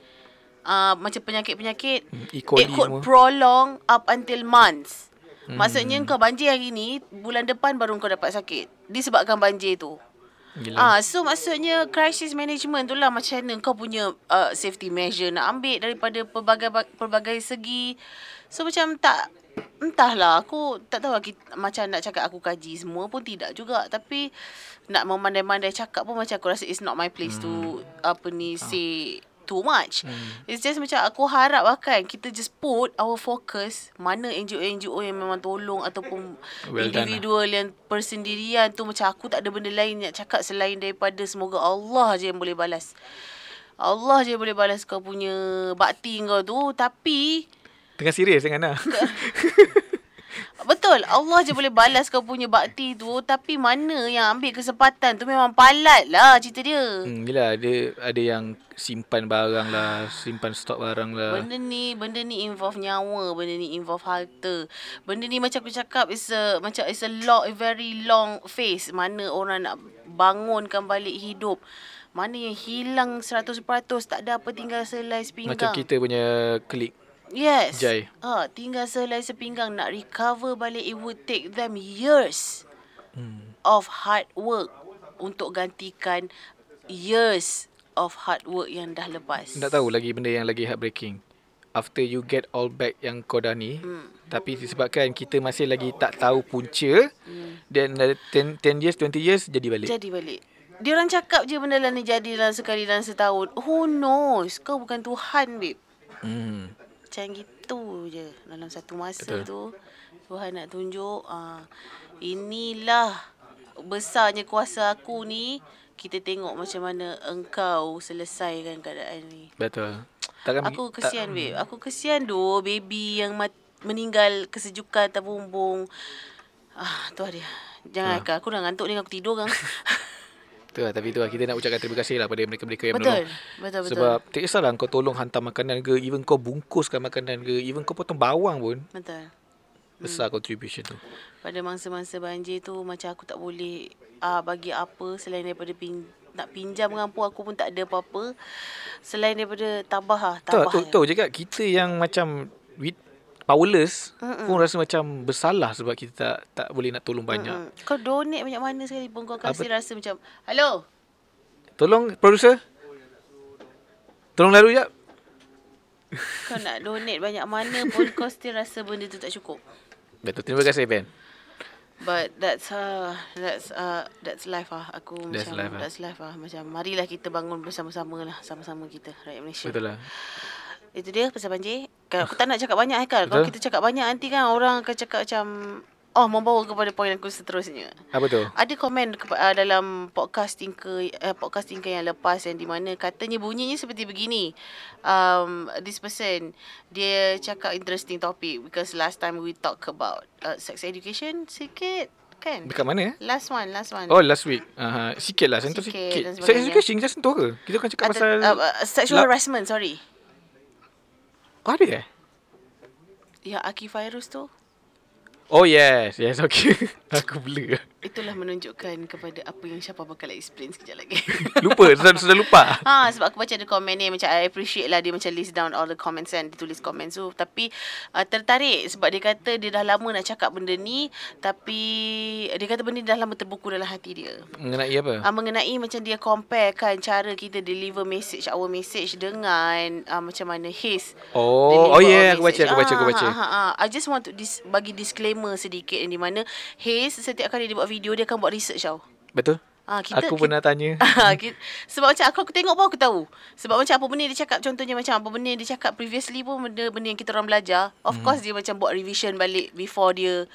Uh, macam penyakit-penyakit
Hmm,
it
E. coli
could
semua.
prolong up until months. Hmm. Maksudnya kau banjir hari ni, bulan depan baru kau dapat sakit. Disebabkan banjir tu. Ah,
Gila.
so maksudnya crisis management tu lah macam mana kau punya uh, safety measure nak ambil daripada pelbagai pelbagai segi. So macam tak entahlah aku tak tahu kita, macam nak cakap aku kaji semua pun tidak juga tapi nak memandai-mandai cakap pun macam aku rasa it's not my place hmm. to apa ni say too much. Hmm. It's just macam aku harap akan kita just put our focus mana NGO-NGO yang memang tolong ataupun
Well
well
done lah.
individu individual yang persendirian tu macam aku tak ada benda lain nak cakap selain daripada semoga Allah je yang boleh balas. Allah je yang boleh balas kau punya bakti kau tu tapi
Tengah serius dengan lah.
betul Allah je boleh balas kau punya bakti tu tapi mana yang ambil kesempatan tu memang palat lah cerita dia. Hmm.
hmm, gila ada ada yang simpan barang lah, simpan stok barang lah.
Benda ni Benda ni involve nyawa Benda ni involve harta Benda ni macam aku cakap It's a Macam it's a long A very long phase Mana orang nak Bangunkan balik hidup Mana yang hilang 100% Tak ada apa tinggal selai
Macam
sepinggang
kita punya klik.
Yes
Jai.
ha, Tinggal selai sepinggang Nak recover balik It would take them years hmm. Of hard work Untuk gantikan Years Of hard work yang dah lepas
Nak tahu lagi benda yang lagi heartbreaking. After you get all back yang kau dah ni, hmm. tapi disebabkan kita masih lagi tak tahu punca, hmm. then another 10, 10 years, 20 years jadi balik.
Jadi balik. Dia orang cakap je benda lah ni jadi dalam sekali dalam setahun. Who knows? Kau bukan Tuhan, babe.
hmm.
Macam gitu je. Dalam satu masa Betul. tu, Tuhan nak tunjuk, ah, inilah besarnya kuasa aku ni. Kita tengok macam mana engkau selesaikan keadaan ni.
Betul. Takkan
Aku kesian, babe. Aku kesian doh baby yang mat- meninggal kesejukan atas bumbung. Ah, tu dia. Jangan ha. aku dah ngantuk ni aku tidur kan.
Tu lah, tapi tu lah. Kita nak ucapkan terima kasih lah pada mereka-mereka yang
Betul.
menolong.
Betul betul.
Sebab tak kisahlah kau tolong hantar makanan ke, even kau bungkuskan makanan ke, even kau potong bawang pun,
Betul. Hmm.
besar contribution tu.
Pada mangsa-mangsa banjir tu macam aku tak boleh uh, bagi apa selain daripada pin, nak pinjam dengan pun aku pun tak ada apa-apa. Selain daripada tabah lah.
Tahu
Tabah
tu,
je.
tu je kat, kita yang macam with powerless Mm-mm. pun rasa macam bersalah sebab kita tak tak boleh nak tolong banyak. Mm-mm.
Hmm. Kau donate banyak mana sekali pun kau kasi rasa macam Hello
Tolong producer. Tolong lalu jap.
Kau nak donate banyak mana pun kau still rasa benda tu tak cukup
Betul. Terima kasih Ben.
But that's uh, that's uh, that's life ah aku
That's
macam
life ah.
that's life ah macam marilah kita bangun bersama-sama lah sama-sama kita rakyat Malaysia.
Betul lah.
Itu dia pasal banjir. Kan aku tak nak cakap banyak Haikal. Kalau
Betul.
kita cakap banyak nanti kan orang akan cakap macam oh membawa kepada poin aku seterusnya.
Apa tu?
Ada komen kepa- uh, dalam podcast tingkah uh, podcast tingkah yang lepas yang di mana katanya bunyinya seperti begini. Um, this person dia cakap interesting topic because last time we talk about uh, sex education sikit kan.
Dekat mana eh?
Last one, last one.
Oh last week. Uh, sikit lah sentuh
Sikit
sikit.
dan
Sex
sebagainya.
education kita sentuh ke? Kita akan cakap
Atau,
pasal
uh, uh, sexual
lap-
harassment, sorry.
Oh, ada eh?
Ya, Aki Fairuz tu.
Oh yes, yes okay. Aku blur.
Itulah menunjukkan kepada apa yang Syafa bakal explain sekejap lagi.
Lupa, sudah, sudah lupa.
ha, sebab aku baca ada komen ni macam I appreciate lah dia macam list down all the comments kan. Dia tulis comments tu. Tapi uh, tertarik sebab dia kata dia dah lama nak cakap benda ni. Tapi dia kata benda ni dah lama terbuku dalam hati dia.
Mengenai apa?
Uh, mengenai macam dia compare kan cara kita deliver message, our message dengan uh, macam mana his
Oh, oh
deliver
yeah,
our
aku baca,
message.
aku baca, aku
Ah,
baca.
ah, ah, ah. I just want to dis- bagi disclaimer sedikit yang di mana Hayes setiap kali dia buat video dia akan buat research tau.
Betul?
Ah, kita, kita,
Aku pernah tanya.
Ah, ki- sebab macam aku aku tengok pun aku tahu. Sebab macam apa benda dia cakap contohnya macam apa benda dia cakap previously pun benda-benda yang kita orang belajar. Of hmm. course dia macam buat revision balik before dia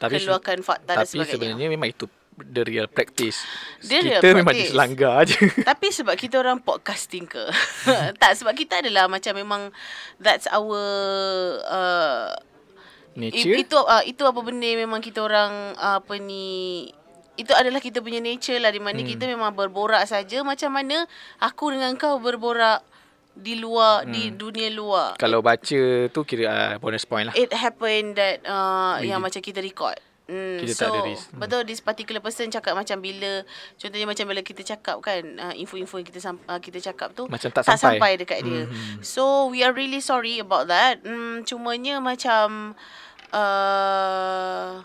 Tapi se-
keluarkan fakta dan
Tapi
sebagainya.
sebenarnya memang itu the real practice.
Dia
kita
real
memang
practice.
diselanggar je.
Tapi sebab kita orang podcasting ke? tak sebab kita adalah macam memang that's our uh,
Nature.
It, itu uh, itu apa benda yang memang kita orang uh, apa ni itu adalah kita punya nature lah di mana hmm. kita memang berborak saja macam mana aku dengan kau berborak di luar hmm. di dunia luar.
Kalau baca tu kira uh, bonus point lah.
It happened that uh, yang macam kita record. Mm,
Kita
so,
tak ada risk. Mm.
Betul, this particular person cakap macam bila, contohnya macam bila kita cakap kan, uh, info-info yang kita sam- uh, kita cakap tu,
Macam tak
tak
sampai. Hmm.
sampai dekat dia. So, we are really sorry about that. Mm, cumanya macam, uh, macam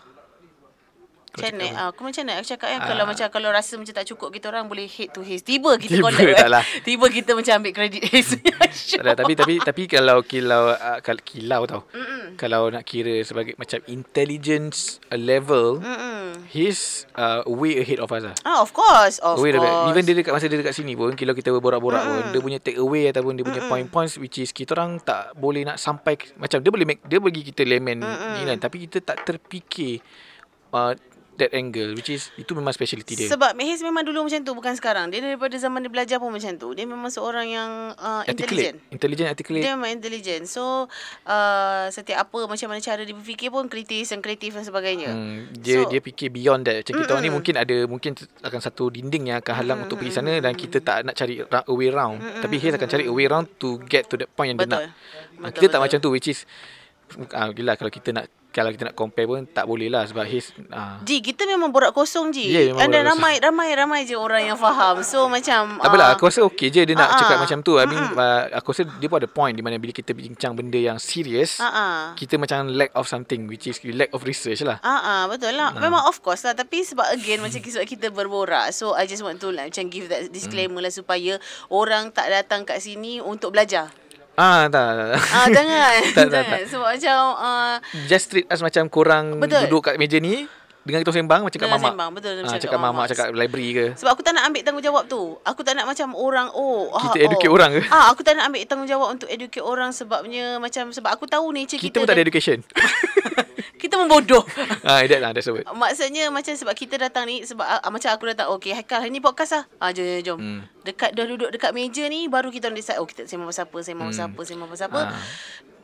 mana?
cakap apa? Ah.
Ah, Aku macam mana? Aku cakap kan kalau macam kalau rasa macam tak cukup kita orang boleh head to head. Tiba kita
Tiba
contact.
tak lah. Hmm.
Tiba kita macam ambil kredit.
Tak ada, tapi tapi tapi kalau kilau uh, kal- kilau tau. Mm-mm. Kalau nak kira sebagai macam intelligence uh, level,
Mm. Mm-mm.
he's uh, way ahead of us lah.
Ah, of course. Of
Way dekat,
course.
even dia dekat masa dia dekat sini pun Kalau kita berborak-borak mm. pun Dia punya take away Ataupun dia punya mm point points Which is kita orang tak boleh nak sampai ke- Macam dia boleh make, Dia bagi kita lemon ni kan Tapi kita tak terfikir uh, That angle Which is Itu memang speciality dia
Sebab Mahiz memang dulu macam tu bukan sekarang. Dia daripada zaman dia belajar pun macam tu. Dia memang seorang yang uh, intelligent.
Intelligent articulate
Dia memang intelligent. So uh, setiap apa macam mana cara dia berfikir pun kritis dan kreatif dan sebagainya.
Hmm, dia
So-
dia fikir beyond that. Macam kita orang ni mungkin ada mungkin akan satu dinding yang akan halang untuk pergi sana dan kita tak nak cari ra- a way round. Tapi Haze akan cari a way round to get to that point yang
Betul.
dia nak. Betul, kita tak macam tu which is ah gila kalau kita nak kalau kita nak compare pun tak boleh lah sebab Haze ah
Ji, kita memang borak kosong Ji.
Ya, memang
Ada
borak kosong.
ramai ramai ramai je orang yang faham. So macam uh,
tak apalah, aku rasa okey je dia nak
Ah,
cakap
ah.
macam tu. I mean, uh, aku rasa dia pun ada point di mana bila kita bincang benda yang serious,
Ha ah.
kita macam lack of something which is lack of research lah.
Ah, ah betul lah. Memang of course lah tapi sebab again macam sebab kita berborak. So I just want to like, macam give that disclaimer lah supaya orang tak datang kat sini untuk belajar.
Ah, tak. tak, tak.
Ah jangan.
Tak, tak,
jangan.
tak.
Sebab macam uh,
just treat us macam kurang
Betul.
Betul. duduk kat meja ni dengan kita sembang macam kat
Dengan
mamak.
sembang, betul,
Ah, cakap mamak, cakap library ke.
sebab aku tak nak ambil tanggungjawab tu. Aku tak nak macam orang oh ah,
Kita educate
oh.
orang ke?
Ah aku tak nak ambil tanggungjawab untuk educate orang sebabnya macam sebab aku tahu nature
Kita,
kita.
pun tak ada
dan-
education.
Kita membodoh.
ah, that lah, that's the word.
Maksudnya macam sebab kita datang ni sebab ah, macam aku datang okey Haikal hari ni podcast lah. Ah jom jom jom. Hmm. Dekat dah duduk dekat meja ni baru kita orang decide oh kita sembang pasal apa, sembang pasal apa, sembang pasal apa.
Hmm. Ah.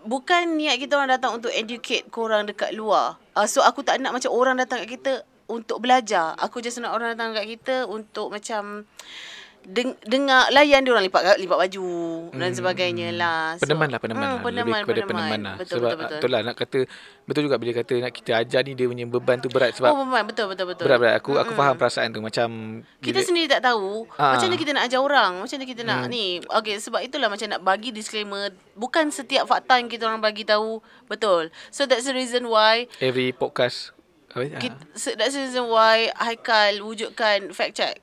Bukan niat kita orang datang untuk educate korang dekat luar. Uh, so aku tak nak macam orang datang kat kita untuk belajar. Aku just nak orang datang kat kita untuk macam deng- dengar layan dia orang lipat lipat baju dan sebagainya lah.
Peneman Hmm. lah, peneman
Hmm,
lah.
peneman,
Lebih kepada peneman, lah.
Betul,
sebab
betul, betul.
lah, nak kata, betul juga bila kata nak kita ajar ni, dia punya beban tu
Oh,
berat sebab
peneman, betul, betul, betul. Hmm,
berat-berat. Aku aku faham perasaan tu macam
Kita sendiri tak tahu
Ah. Hmm.
Macam mana kita nak ajar orang Macam mana kita nak ni Okay sebab itulah macam nak bagi disclaimer Bukan setiap fakta yang kita orang bagi tahu Betul So that's the reason why
every podcast apa,
kita,
ah,
so That's the reason why Haikal wujudkan fact check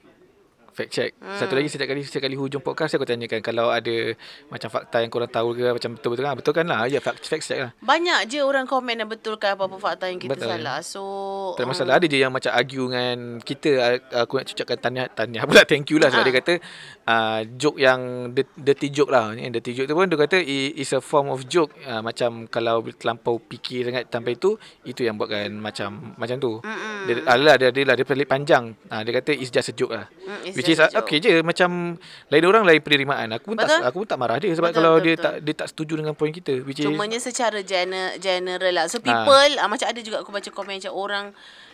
fact check.
Hmm.
Satu lagi setiap kali setiap kali hujung podcast saya aku tanyakan kalau ada macam fakta yang korang tahu ke macam betul-betul kan. Betul kan lah. Ya fact, fact check lah.
Banyak je orang komen dan betulkan apa-apa fakta yang kita
Betul.
salah So
Tak ada
Ah.
masalah lah Ada je yang macam argue dengan Kita a- Aku nak ucapkan tanya Tanya pula Thank you
Ah.
lah Sebab dia kata uh, Joke yang dir- Dirty joke lah Eh, Dirty joke tu pun Dia kata i- Is a form of joke uh, Macam Kalau terlampau fikir sangat Sampai tu Itu yang buatkan Macam Macam tu dia, Alah dia, dia lah Dia pelik panjang uh, Dia kata It's just a joke lah
Mm, it's
Which is
just a joke.
Okay je Macam Lain orang lain penerimaan Aku pun
Betul.
tak Aku pun tak marah dia
Betul,
Sebab betul, kalau
betul,
betul, dia
betul.
betul. tak Dia tak setuju dengan point kita Which is
Cumanya secara gener, general lah. So people ha. macam ada juga aku baca komen macam orang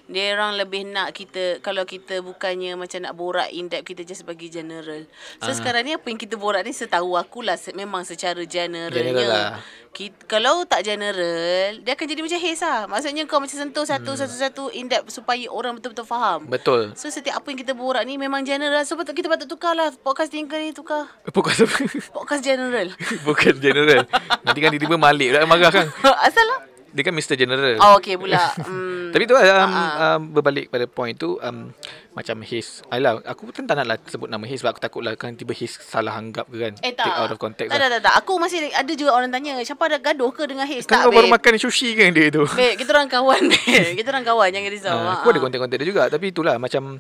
dia orang lebih nak kita kalau kita bukannya macam nak borak in depth kita just bagi general. So
Ha.
sekarang ni apa yang kita borak ni setahu aku lah se- memang secara generalnya.
General lah.
Kita, kalau tak general dia akan jadi macam haze lah. Maksudnya kau macam sentuh satu hmm. satu satu in depth supaya orang betul-betul faham.
Betul
So setiap apa yang kita borak ni memang general. So patut kita patut tukar lah podcast tinggal ni tukar.
Pokok apa
Podcast general.
Bukan general Nanti kan tiba-tiba Malik pula yang marah kan
Asal lah.
Dia kan Mr. General
Oh okay pula. Hmm.
Tapi tu lah, um, um, Berbalik pada point tu um, Macam Haze Alah Aku pun tak nak lah sebut nama Haze Sebab aku takut lah kan Tiba Haze salah anggap ke kan
Eh tak.
Take out of context
Tak,
lah.
tak, tak, tak. Aku masih ada juga orang tanya, siapa ada gaduh ke dengan Haze?
Kan
Tak,
kau baru
babe.
makan sushi kan dia tu
babe, kita orang kawan, babe. Kita orang kawan, jangan risau.
Ah,
Ha,
Aku ada kontak-kontak dia juga Tapi itulah macam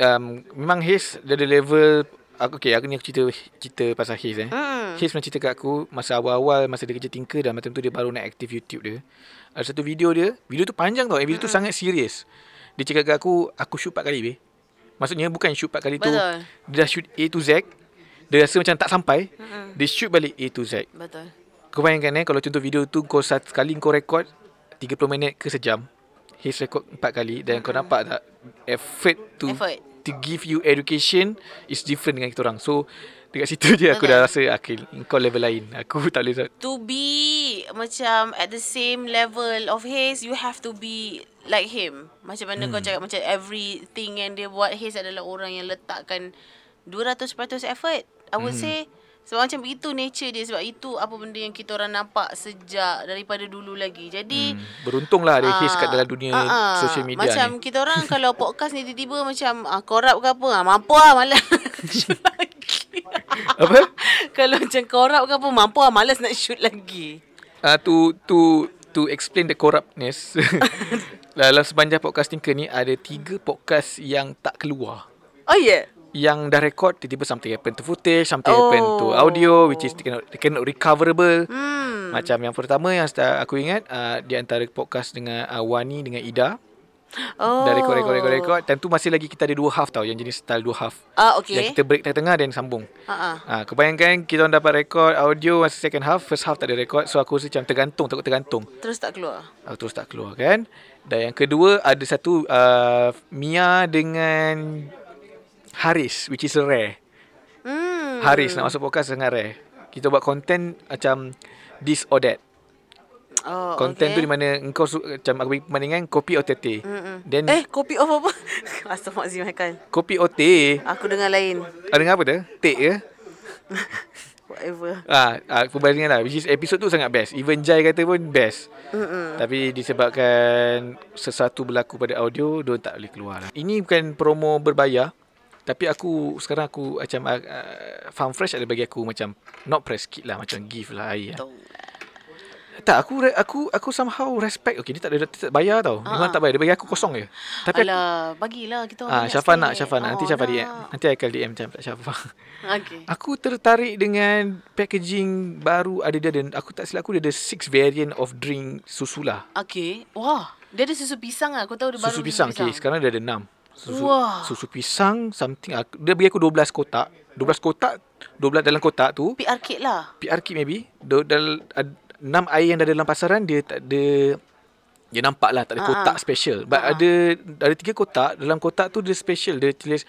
um, Memang Haze Dia ada level aku, Okay aku ni aku cerita Cerita pasal Haze eh
Hmm.
Haze pernah cerita kat aku Masa awal-awal Masa dia kerja tinker Dan macam tu dia baru nak aktif YouTube dia Ada satu video dia Video tu panjang tau eh, Video tu sangat serius Dia cakap kat aku Aku shoot 4 kali be Maksudnya bukan shoot 4 kali tu
Betul.
Dia dah shoot A to Z Dia rasa macam tak sampai Dia shoot balik A to Z
Betul.
Kau bayangkan eh Kalau contoh video tu Kau satu kali kau record 30 minit ke sejam His record 4 kali Dan kau nampak tak Effort to
Effort.
To give you education Is different dengan kita orang So Dekat situ je aku dah rasa Akil Kau level lain Aku tak boleh
to be macam at the same level of his you have to be like him macam mana hmm. kau cakap macam everything yang dia buat his adalah orang yang letakkan 200% effort I would hmm. say sebab macam itu nature dia sebab itu apa benda yang kita orang nampak sejak daripada dulu lagi jadi hmm.
Beruntung lah Ada His
Ah,
kat dalam dunia
ah, ah.
Social media
Macam
ni
kita orang kalau podcast ni tiba-tiba macam ah, Korap ke apa ah, Mampu lah malas Shoot lagi
Apa?
Kalau macam korap ke apa Mampu lah malas nak shoot lagi
uh, to to to explain the corruptness. Dalam sepanjang podcast Tinker ni ada tiga podcast yang tak keluar.
Oh yeah
Yang dah record tiba-tiba something happen to footage, something oh. happen to
Oh.
audio which is cannot, cannot recoverable.
Hmm
Macam yang pertama yang sta- aku ingat uh, di antara podcast dengan uh, Wani dengan Ida
oh.
dah record record record record time tu masih lagi kita ada dua half tau yang jenis style dua half.
Ah
Yang
okay
kita break tengah-tengah dan sambung.
uh-uh.
Ha, kau bayangkan kita orang dapat record audio masa second half, first half tak ada record. So aku rasa macam tergantung, takut tergantung.
Terus tak keluar
Aku terus tak keluar kan Dan yang kedua Ada satu uh, Mia dengan Haris Which is rare
Hmm
Haris nak masuk podcast sangat rare Kita buat content Macam This or that
oh,
Content okay. tu
okay.
di mana Engkau su- Macam aku bagi pemandangan Kopi OTT
Mm-mm.
Then eh.
Eh kopi off apa Astaghfirullahaladzim Haikal
Kopi OT
Aku dengar lain
Ada dengan apa tu Take ke
Whatever
Ah, ah perbandingan lah Which is episode tu sangat best Even Jai kata pun best
Mm-mm.
Tapi disebabkan sesuatu berlaku pada audio, dia tak boleh keluar lah. Ini bukan promo berbayar. Tapi aku sekarang aku macam uh, Farm Fresh ada bagi aku macam not press kit lah macam gift lah air. Lah.
Betul.
Tak aku re- aku aku somehow respect. Okey dia tak ada dia tak bayar tau.
Ah.
Memang tak bayar. Dia bagi aku kosong je. Tapi aku,
Alah bagilah kita orang
ah
banyak
Syafa
sikit.
nak Syafa nak. Nanti
Oh,
Syafa DM.
nak.
Nanti akan DM macam tak Syafa.
Okay
Aku tertarik dengan packaging baru ada dia dan aku tak silap aku dia ada six variant of drink susu lah.
Okay. Wah, dia ada susu pisang lah. Aku tahu dia baru
Susu pisang, Okay, sekarang dia ada 6 susu,
Wah.
susu pisang something aku, Dia bagi aku 12 kotak 12 kotak 12 dalam kotak tu
PR kit lah.
PR kit maybe do, dal, ad, 6 air yang ada dalam pasaran Dia tak ada Dia nampak lah Tak ada
Ah,
uh
ah.
kotak special But
Ah, ah.
ada Ada 3 kotak Dalam kotak tu dia special Dia tulis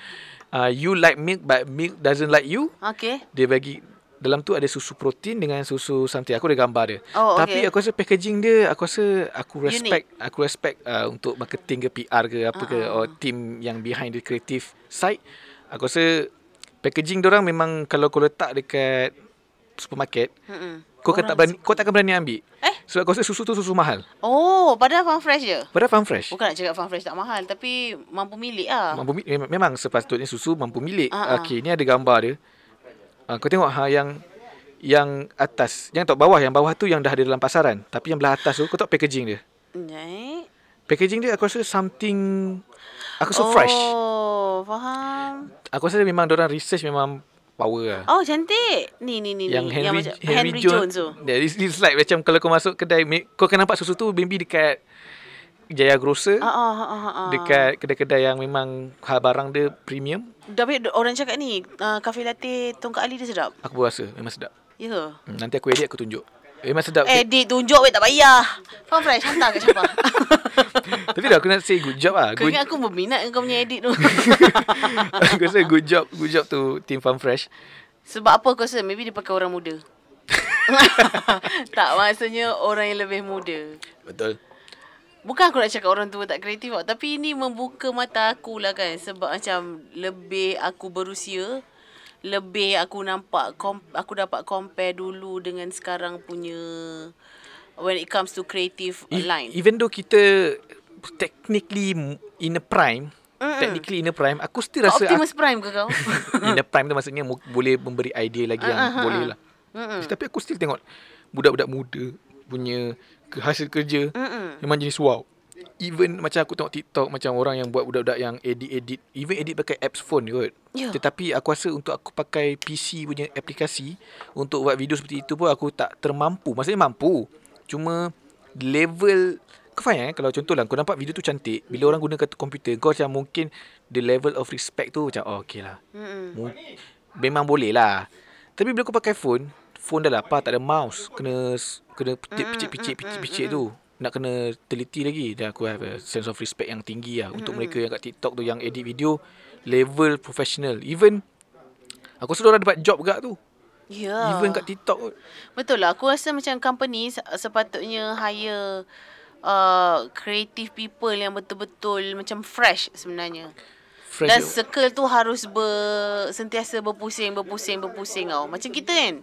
uh, You like milk But milk doesn't like you
Okay.
Dia bagi dalam tu ada susu protein dengan susu something aku ada gambar dia.
Oh,
Tapi
okay.
aku rasa packaging dia aku rasa aku
Unique.
respect aku respect uh, untuk marketing ke PR ke apa
Ah,
ke or team yang behind the creative side. Aku rasa packaging dia orang memang kalau kau letak dekat supermarket
Mm-mm.
kau akan tak berani kau tak akan berani ambil.
Eh?
Sebab aku rasa susu tu susu mahal.
Oh, padahal farm fresh je.
Padahal farm fresh.
Bukan nak cakap farm fresh tak mahal. Tapi mampu milik lah.
Mampu milik memang, memang sepatutnya susu mampu milik.
Ah, ah.
Uh-huh. Okey, ni ada gambar dia. Uh, kau tengok ha yang yang atas, yang tak bawah, yang bawah tu yang dah ada dalam pasaran. Tapi yang belah atas tu kau tengok packaging dia.
Naik.
Packaging dia aku rasa something aku rasa oh. fresh.
Oh, faham.
Aku rasa memang orang research memang power lah.
Oh, cantik. Ni, ni, ni.
Yang
ni.
Henry,
yang macam, Henry, Jones tu.
Yeah, it's, it's like macam kalau kau masuk kedai, mi- kau akan nampak susu tu maybe dekat Jaya Grocer,
Ah, ah, ah, ah, ah.
dekat kedai-kedai yang memang ha, barang dia premium.
Tapi orang cakap ni, uh, kafe latte Tongkat Ali dia sedap.
Aku rasa memang sedap.
Ya yeah.
Hmm, Nanti aku edit aku tunjuk. Memang sedap.
Eh, di tunjuk weh tak payah. Farm fresh hantar kat siapa.
Tapi dah aku nak say good job lah.
Kau
Good,
ingat aku berminat dengan kau punya edit tu.
aku rasa good job. Good job to Team Farm Fresh.
Sebab apa kau rasa? Maybe dia pakai orang muda. tak, maksudnya orang yang lebih muda.
Betul.
Bukan aku nak cakap orang tua tak kreatif tau. Tapi ini membuka mata aku lah kan. Sebab macam lebih aku berusia. Lebih aku nampak, kom- aku dapat compare dulu dengan sekarang punya when it comes to creative
E-
line.
Even though kita technically in a prime, Mm-mm. technically in a prime, aku still
Kau
rasa aku,
Optimus Prime ke kau?
in a prime tu maksudnya mu- boleh memberi idea lagi yang
Ah, ah, ah,
boleh lah. Tapi aku still tengok budak-budak muda punya ke- hasil kerja
Mm-mm.
memang jenis wow. Even macam aku tengok TikTok macam orang yang buat budak-budak yang edit-edit, even edit pakai apps phone kot.
Ya.
Tetapi aku rasa untuk aku pakai PC punya aplikasi untuk buat video seperti itu pun aku tak termampu. Maksudnya mampu. Cuma level kau faham eh kalau contohlah kau nampak video tu cantik bila orang guna kat komputer kau macam mungkin the level of respect tu macam oh okey lah
Mm-mm.
Mu- Memang boleh lah Tapi bila kau pakai phone Phone dah lapar Tak ada mouse Kena s- Kena picit picit picit picit picit tu nak kena teliti lagi dan aku have a sense of respect yang tinggi lah untuk mereka yang kat TikTok tu yang edit video level professional even aku rasa orang dapat job juga tu
Yeah.
even kat TikTok kot.
Betul lah. Aku rasa macam company se- sepatutnya hire uh, creative people yang betul-betul macam fresh sebenarnya.
Fresh
Dan
job.
circle tu harus ber, sentiasa berpusing, berpusing, berpusing tau. Macam kita kan.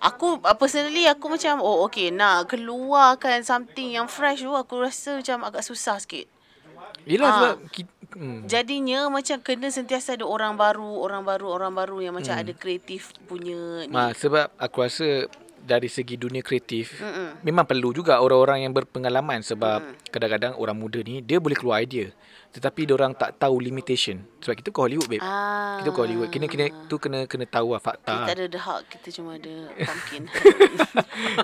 Aku uh, personally aku macam oh okay nak keluarkan something yang fresh tu aku rasa macam agak susah sikit.
Yelah
Ah.
sebab ki- hmm.
Jadinya macam kena sentiasa ada orang baru, orang baru, orang baru yang macam hmm. ada kreatif punya ni.
Ma, sebab aku rasa dari segi dunia kreatif Mm-mm. memang perlu juga orang-orang yang berpengalaman sebab mm. kadang-kadang orang muda ni dia boleh keluar idea tetapi dia orang tak tahu limitation sebab kita ke Hollywood babe.
Ah.
Kita ke Hollywood kena kena tu kena kena tahu lah
Kita
fakta.
tak ada the hug, kita cuma ada pumpkin.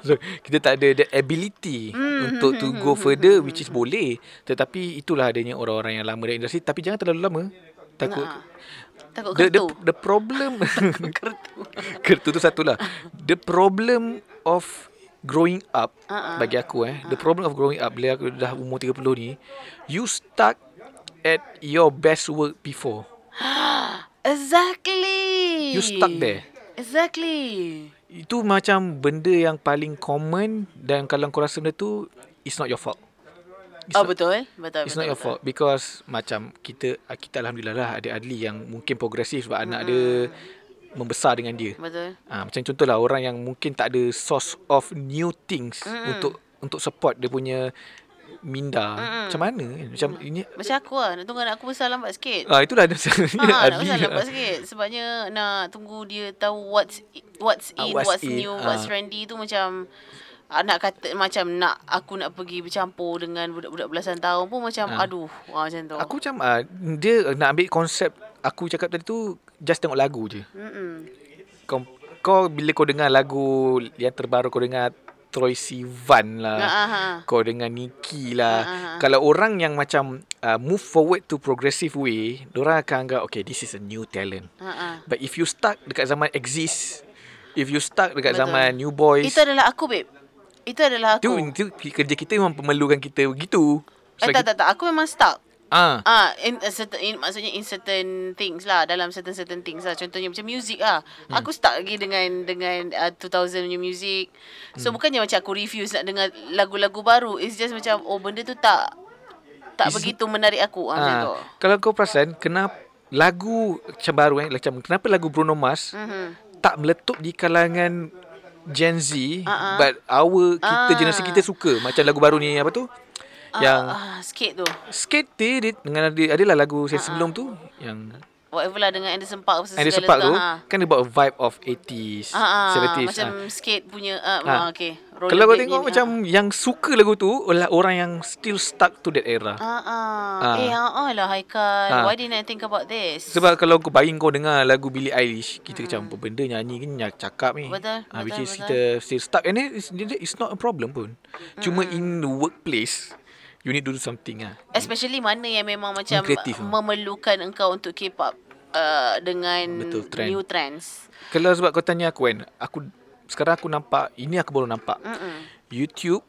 so, kita tak ada the ability
Mm,
untuk to go further which is boleh tetapi itulah adanya orang-orang yang lama dalam industri tapi jangan terlalu lama takut
Nah. Takut
the, the
kertu.
the problem kertu kertu tu satulah the problem of growing up uh-uh. bagi aku eh the problem of growing up bila aku dah umur 30 ni you stuck at your best work before
Exactly.
You stuck there.
Exactly.
itu macam benda yang paling common dan kalau kau rasa benda tu it's not your fault
It's oh betul, betul. betul,
It's not
betul.
your fault because macam kita kita alhamdulillah lah ada Adli yang mungkin progresif sebab anak dia membesar dengan dia.
Betul.
Ah macam contohlah orang yang mungkin tak ada source of new things untuk untuk support dia punya minda. Macam mana kan? Macam ini
Macam aku lah, nak tunggu anak aku besar lambat sikit.
ah ya. itulah ada
Ha, nak
Adli.
besar lambat sikit. Sebabnya nak tunggu dia tahu what's i- what's
Ah,
in,
what's
what's,
in,
new,
ah.
what's trendy tu macam ah, nak kata macam nak aku nak pergi bercampur dengan budak-budak belasan tahun pun macam aduh ah, macam tu.
Aku macam ah, dia nak ambil konsep aku cakap tadi tu just tengok lagu je.
Mm-mm.
Kau kau bila kau dengar lagu yang terbaru kau dengar Troy Sivan lah.
Ah, ah, ah.
kau dengan Nikki lah. Uh-huh. Kalau orang yang macam uh, move forward to progressive way, orang akan anggap okay this is a new talent.
Ah, ah.
But if you stuck dekat zaman exist, if you stuck dekat
Betul.
Betul. zaman new boys,
Itu adalah aku babe. Itu adalah
tu,
aku.
tu kerja kita memang memerlukan kita begitu.
eh tak tak tak aku memang stuck.
Ah,
Ah, in a certain in, maksudnya in certain things lah dalam certain certain things lah. Contohnya macam music lah. Hmm. Aku stuck lagi dengan dengan uh, 2000 punya music. So hmm. bukannya macam aku refuse nak dengar lagu-lagu baru. It's just macam oh benda tu tak tak
It's-
begitu menarik aku ah, macam
ah.
tu.
Kalau kau perasan, kenapa lagu macam baru eh, macam kenapa lagu Bruno Mars
Mhm.
tak meletup di kalangan Gen Z
Ah, ah.
but our kita
Ah.
generasi kita suka macam lagu baru ni apa tu yang
ah, ah, sikit tu.
Skate dia, dia dengan ada adalah lagu
Ah,
saya sebelum tu yang
Whatever lah dengan Anderson Park apa
ada
segala
sepak tu
ah.
kan dia buat a vibe of 80s,
Ah, ah,
70s.
macam
ah.
skate punya ah,
Ah.
ah, okay.
Kalau kau
Rollerblade
tengok
ni, ah.
macam yang suka lagu tu ialah orang yang still stuck to that
ah. Ah,
era.
ah.
Ah.
Eh, ah, ah lah Haikal.
Ah.
Why didn't I think about this?
Sebab kalau kau bayang kau dengar lagu Billie Eilish, kita macam apa benda nyanyi kan nyak cakap ni.
Hmm. Betul,
Ah, which
betul,
is
betul.
kita still stuck and then it's, it's not a problem pun. Cuma
Hmm.
in the workplace you need to do something ah.
Especially mana yang memang macam
Kreatif.
memerlukan engkau untuk keep up uh, dengan
Betul, trend.
new trends.
Kalau sebab kau tanya aku kan, aku sekarang aku nampak ini aku baru nampak.
Mm-mm.
YouTube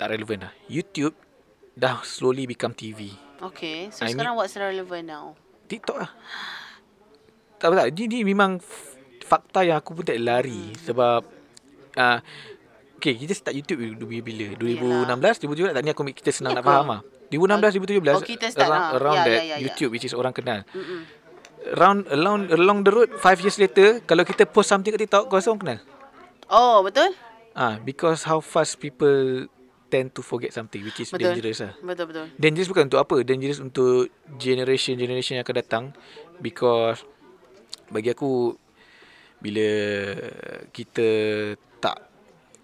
tak relevan dah. YouTube dah slowly become TV.
Okay, so
I mean-
sekarang what's relevant now?
TikTok lah. Tak apa tak. Ni, ni memang f- fakta yang aku pun tak lari sebab uh, Okay, kita start YouTube dulu bila? 2016, 2017 lah, tak ni aku kita
Ya
senang nak
ke?
faham lah. 2016, 2017
Oh, kita start
around,
lah.
around
Ya,
that
ya, ya, ya.
YouTube which is orang kenal. Round along along the road 5 years later kalau kita post something kat TikTok kau rasa orang kenal?
Oh, betul?
Ah, because how fast people tend to forget something which is
Betul.
dangerous lah.
Betul, betul.
Dangerous bukan untuk apa? Dangerous untuk generation-generation yang akan datang because bagi aku bila kita tak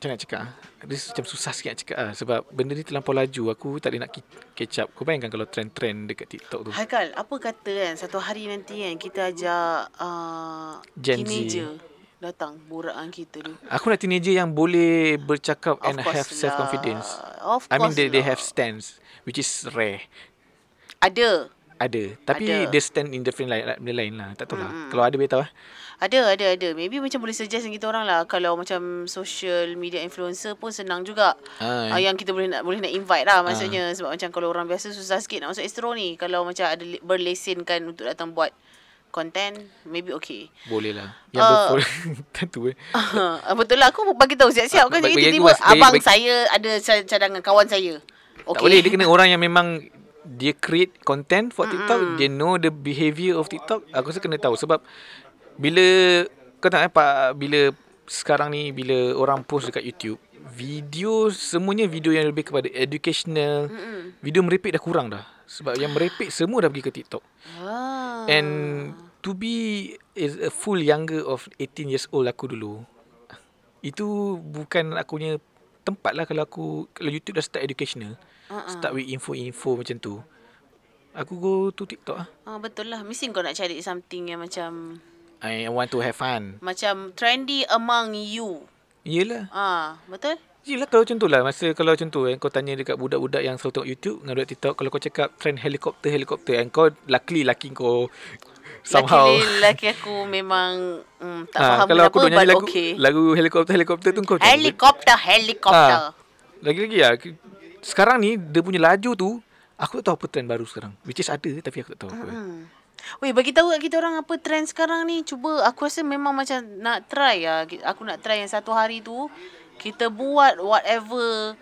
macam nak cakap ah? dia macam susah sikit nak cakap ah, sebab benda ni terlampau laju aku tak boleh nak ki- catch up kau bayangkan kalau trend-trend dekat TikTok tu
Haikal, apa kata kan satu hari nanti kan kita ajak uh,
Gen Z.
teenager datang boraan kita tu.
aku nak teenager yang boleh bercakap
Of
and
course
have self confidence
lah. Of
I mean
course
they, they
lah.
have stance which is rare
Ada.
Ada. Tapi
Ada.
ada. dia stand in different line, benda lain lah. Tak tahu lah.
Mm-mm.
Kalau ada boleh tahu lah.
Ada, ada, ada. Maybe macam boleh suggest dengan kita orang lah. Kalau macam social media influencer pun senang juga.
Ha,
Uh, yang kita boleh nak boleh nak invite lah
Ah.
maksudnya. Sebab macam kalau orang biasa susah sikit nak masuk Astro ni. Kalau macam ada le- berlesenkan untuk datang buat content, maybe okay.
Boleh lah. Yang
Uh,
uh, berfollow. Tentu eh.
Ah, Betul lah aku bagi tahu siap-siap kan
Ah, Bagi-
jadi
bagi
tiba-tiba
aku bagi-
abang
bagi-
saya ada ca- cadangan kawan saya.
Okay.
Okay.
Tak boleh. Dia kena orang yang memang dia create content for TikTok. Dia know the behaviour of TikTok. Aku rasa kena tahu. Sebab bila kau tak nampak bila sekarang ni bila orang post dekat YouTube video semuanya video yang lebih kepada educational
Mm-mm.
video merepek dah kurang dah sebab yang merepek semua dah pergi ke TikTok
Ah.
Eh. And to be is a full younger of 18 years old aku dulu. Itu bukan aku punya tempat lah kalau aku kalau YouTube dah start educational.
Ah, ah.
Uh-uh. Start with info-info macam tu. Aku go to TikTok ah.
Ah, betul lah. Mesti kau nak cari something yang macam
I want to have fun.
macam trendy among you.
Yelah.
Ah, betul?
Yelah kalau macam tu lah. Masa kalau macam tu eh, kau tanya dekat budak-budak yang selalu tengok YouTube dengan budak TikTok. Kalau kau cakap trend helikopter-helikopter and kau luckily laki kau somehow.
Laki, ni- laki aku memang mm, tak
Ah,
faham
kalau
kenapa
aku
but
nyanyi lagu,
okay.
lagu helikopter-helikopter tu kau macam,
Helikopter, helikopter.
Ah, lagi-lagi lah. K- Sekarang ni dia punya laju tu aku tak tahu apa trend baru sekarang. Which is ada tapi aku tak tahu apa.
Hmm. Weh, bagi tahu kat kita orang apa trend sekarang ni. Cuba aku rasa memang macam nak try lah. Ki- Aku nak try yang satu hari tu kita buat whatever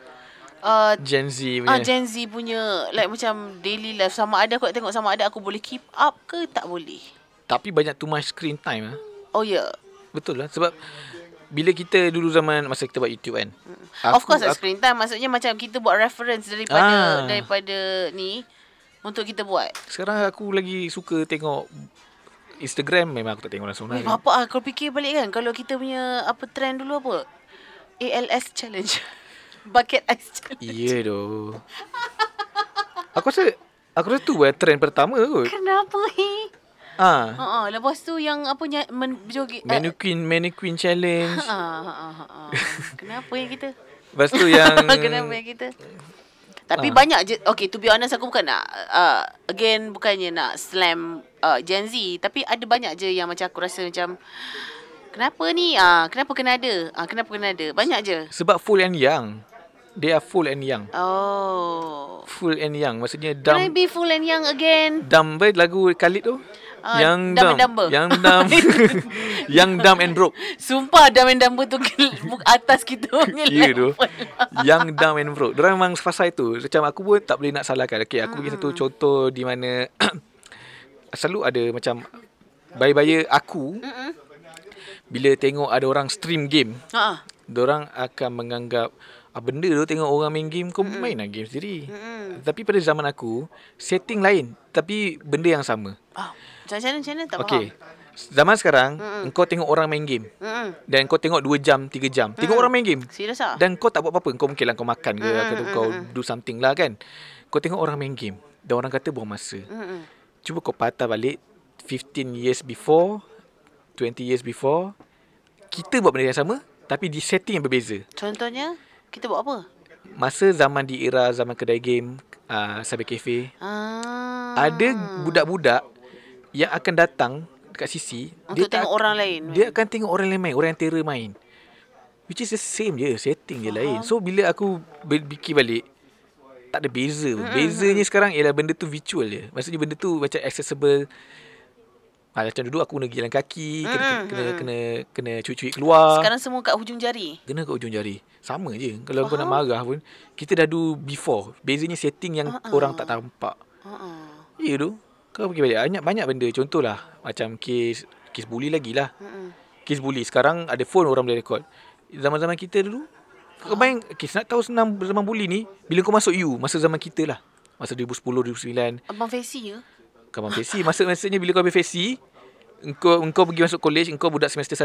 uh,
Gen Z punya.
ah Gen Z punya like macam daily life sama ada aku nak tengok sama ada aku boleh keep up ke tak boleh.
Tapi banyak too much screen time lah.
Oh ya. Yeah.
Betul lah sebab bila kita dulu zaman masa kita buat YouTube kan.
of course aku, screen time maksudnya macam kita buat reference daripada
Ah.
daripada ni untuk kita buat.
Sekarang aku lagi suka tengok Instagram memang aku tak tengok langsung lah.
Weh, bapak ah kalau fikir balik kan kalau kita punya apa trend dulu apa? ALS challenge. Bucket ice challenge.
Iya doh. Aku rasa aku rasa tu eh, trend pertama kot.
Kenapa he?
Ah,
Ha ah, lepas tu yang apa nya men, joget. eh,
Menu Queen, Menu Queen
Ha
challenge.
ah, ha ah, ha ah. Kenapa yang kita?
Lepas tu yang Ah.
Kenapa yang kita? Tapi banyak je Okay to be honest Aku bukan nak uh, Again Bukannya nak slam uh, Gen Z Tapi ada banyak je Yang macam aku rasa macam Kenapa ni ah, Kenapa kena ada ah, Kenapa kena ada Banyak je
Sebab full and young. They are full and young.
Oh
Full and young. Maksudnya
Can I
dumb.
be full and young again?
Dumb eh, lagu Khalid tu.
Ah,
yang
Dumb and
dumb.
Dumber.
Yang dumb. yang dumb and broke.
Sumpah Dumb and Dumber tu gel- bu- atas kita punya
Ya tu.
level.
yang dumb and broke. Diorang memang pasal itu. Macam aku pun tak boleh nak salahkan. Okay, aku bagi
Hmm.
satu contoh di mana selalu ada macam bayi-bayi aku bila tengok ada orang stream game
Ha.
Diorang akan menganggap ah, Benda tu tengok orang main game Kau main lah game sendiri
Mm-mm.
Tapi pada zaman aku Setting lain Tapi benda yang sama
Ah, macam mana macam mana tak
Okay Zaman sekarang Kau tengok orang main game
faham. Mm-mm.
Dan kau tengok 2 jam 3 jam Tengok orang main game
Serius Mm. ah?
Dan kau tak buat apa-apa Kau mungkin lah kau makan ke Atau kau do something lah kan Kau tengok orang main game Dan orang kata buang masa
Mm-mm.
Cuba kau patah balik 15 years before 20 years before Kita buat benda yang sama Tapi di setting yang berbeza
Contohnya kita buat apa?
Masa zaman di era zaman kedai game uh, Cyber Cafe
Ah.
Ada budak-budak Yang akan datang Dekat sisi
Untuk tengok
Ah, tak-
orang lain.
Dia akan tengok orang lain main Orang yang terror main Which is the same je Setting je lain So bila aku ber- fikir balik Tak ada beza Bezanya sekarang Ialah benda tu visual je Maksudnya benda tu Macam accessible ha, Macam dulu aku kena pergi jalan kaki Kena kena kena, kena, kena cuik-cuik keluar
Sekarang semua kat hujung jari.
Kena kat ujung jari Sama je Kalau kau nak marah pun Kita dah do before Bezanya setting yang uh-uh. orang tak nampak
Ha.
Ya tu Kau pergi balik Banyak, banyak benda Contohlah Macam kes Kes bully lagi lah
Mm-mm.
Kes bully Sekarang ada phone orang boleh rekod Zaman-zaman kita dulu Kau main Kes nak tahu senang zaman bully ni Bila kau masuk you Masa zaman kita lah Masa 2010, 2009
Abang Fesi ke?
Kau main fesi Masa Maksudnya bila kau main fesi Engkau, engkau pergi masuk college Engkau budak semester 1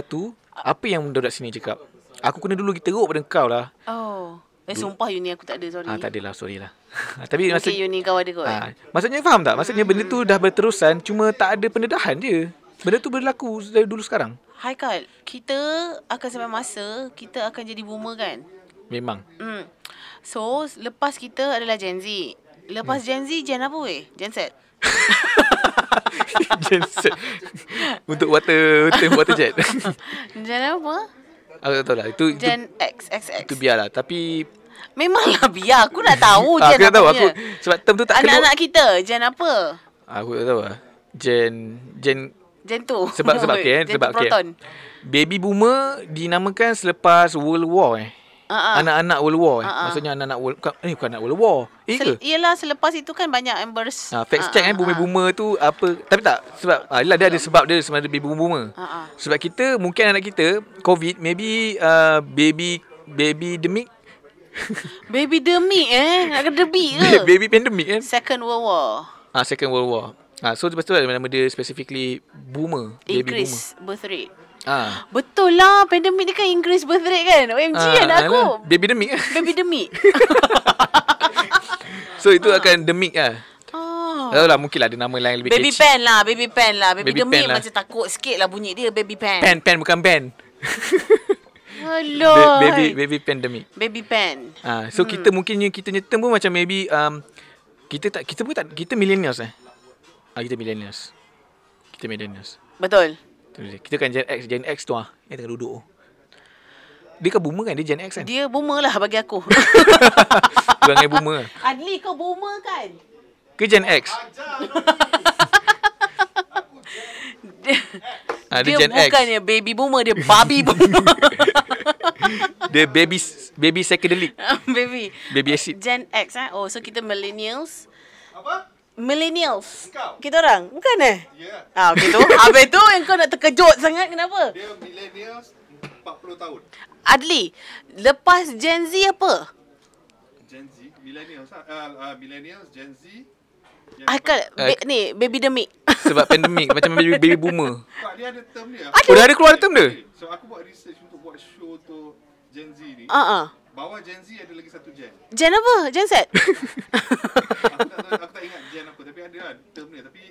Apa yang budak sini cakap Aku kena dulu teruk pada kau lah
Oh. Eh sumpah you ni aku tak ada sorry.
Ah tak adalah sorry lah. Tapi
Mungkin
maksud
you ni kau ada kot. eh.
ah, maksudnya faham tak? Maksudnya benda tu dah berterusan cuma tak ada pendedahan je. Benda tu berlaku dari dulu sekarang.
Hai Kal, kita akan sampai masa kita akan jadi boomer kan?
Memang.
Hmm. So, lepas kita adalah Gen Z. Lepas Gen Z, Gen apa weh? Gen Z?
Genset Untuk water Untuk water jet
Gen apa?
Aku tak tahu lah Itu, itu,
Gen X, X, X.
itu biarlah Tapi
Memanglah biar. Aku nak tahu Gen
ah, Aku tak tahu aku,
punya.
Sebab term tu tak kena
Anak-anak kita, Gen apa?
Aku tak tahu lah Gen Gen
Gen tu.
Sebab sebab okay, eh,
Gen
sebab
tu
okay.
proton.
Baby boomer dinamakan selepas World War eh.
Ah, ah.
Anak-anak World War eh.
Ah, ah.
Maksudnya anak-anak World bukan, eh bukan anak World War. Eh ke?
Sel- yelah selepas itu kan banyak Ah, yang bers...
Ha, fact check eh boomer-boomer tu apa tapi tak sebab ah, yelah dia ada sebab dia sebenarnya baby boomer.
Ah, ah.
Sebab kita mungkin anak kita COVID maybe uh, baby baby demic
Baby demi eh. Nak kena demi ke?
yeah. baby pandemic kan.
Second World War.
Ah second world war. Ah so lepas tu ada nama dia specifically boomer, baby boomer.
Increase birth rate.
Ah.
Betul lah. Pandemik ni kan increase birth rate kan. OMG
Ah,
kan
ah,
aku.
lah. Baby demic eh.
Baby demi.
So itu akan demic ah.
oh.
Tak tahu lah mungkin lah ada nama lain lebih
Baby
catchy.
pen lah. Baby pen lah. Baby,
Baby
demi
pen lah.
macam takut sikit lah bunyi dia. Baby pen.
Pen pen bukan band.
Hello.
Ba- baby baby pandemic.
Baby pen.
Ah, so hmm. kita mungkin punya- kita punya term pun macam maybe um, kita tak kita pun tak kita millennials eh. Ah kita millennials. Kita millennials.
Betul.
Tu dia. Kita kan Gen X, Gen X tu ah. Yang tengah duduk. tu. Dia kan boomer kan? Dia Gen X kan?
Dia boomer lah bagi aku.
Kurang dengan boomer. kan?
Adli kau boomer kan?
Ke Gen X? Ah, dia,
dia
Gen X.
bukannya baby boomer, dia babi boomer.
Dia baby baby psychedelic.
baby.
Baby acid.
Gen X eh. Oh, so kita millennials.
Apa?
Millennials.
Engkau.
Kita orang. Bukan eh?
Ya.
Ah, okay tu. Habis tu yang kau nak terkejut sangat kenapa?
Dia millennials 40 tahun.
Adli, lepas Gen Z apa?
Gen Z, millennials ah, uh, uh, millennials Gen Z. Gen
Akal
Eh.
be, ni baby demi.
Sebab pandemik. macam baby, baby boomer.
Sebab dia ada term dia.
Ada.
Oh, dah ada keluar term dia?
So aku buat research untuk buat show tu Gen Z ni.
Ah ah.
Bawah Gen Z ada lagi satu gen.
Gen apa? Gen Z.
Aku tak tahu, aku tak ingat gen apa tapi ada lah term dia tapi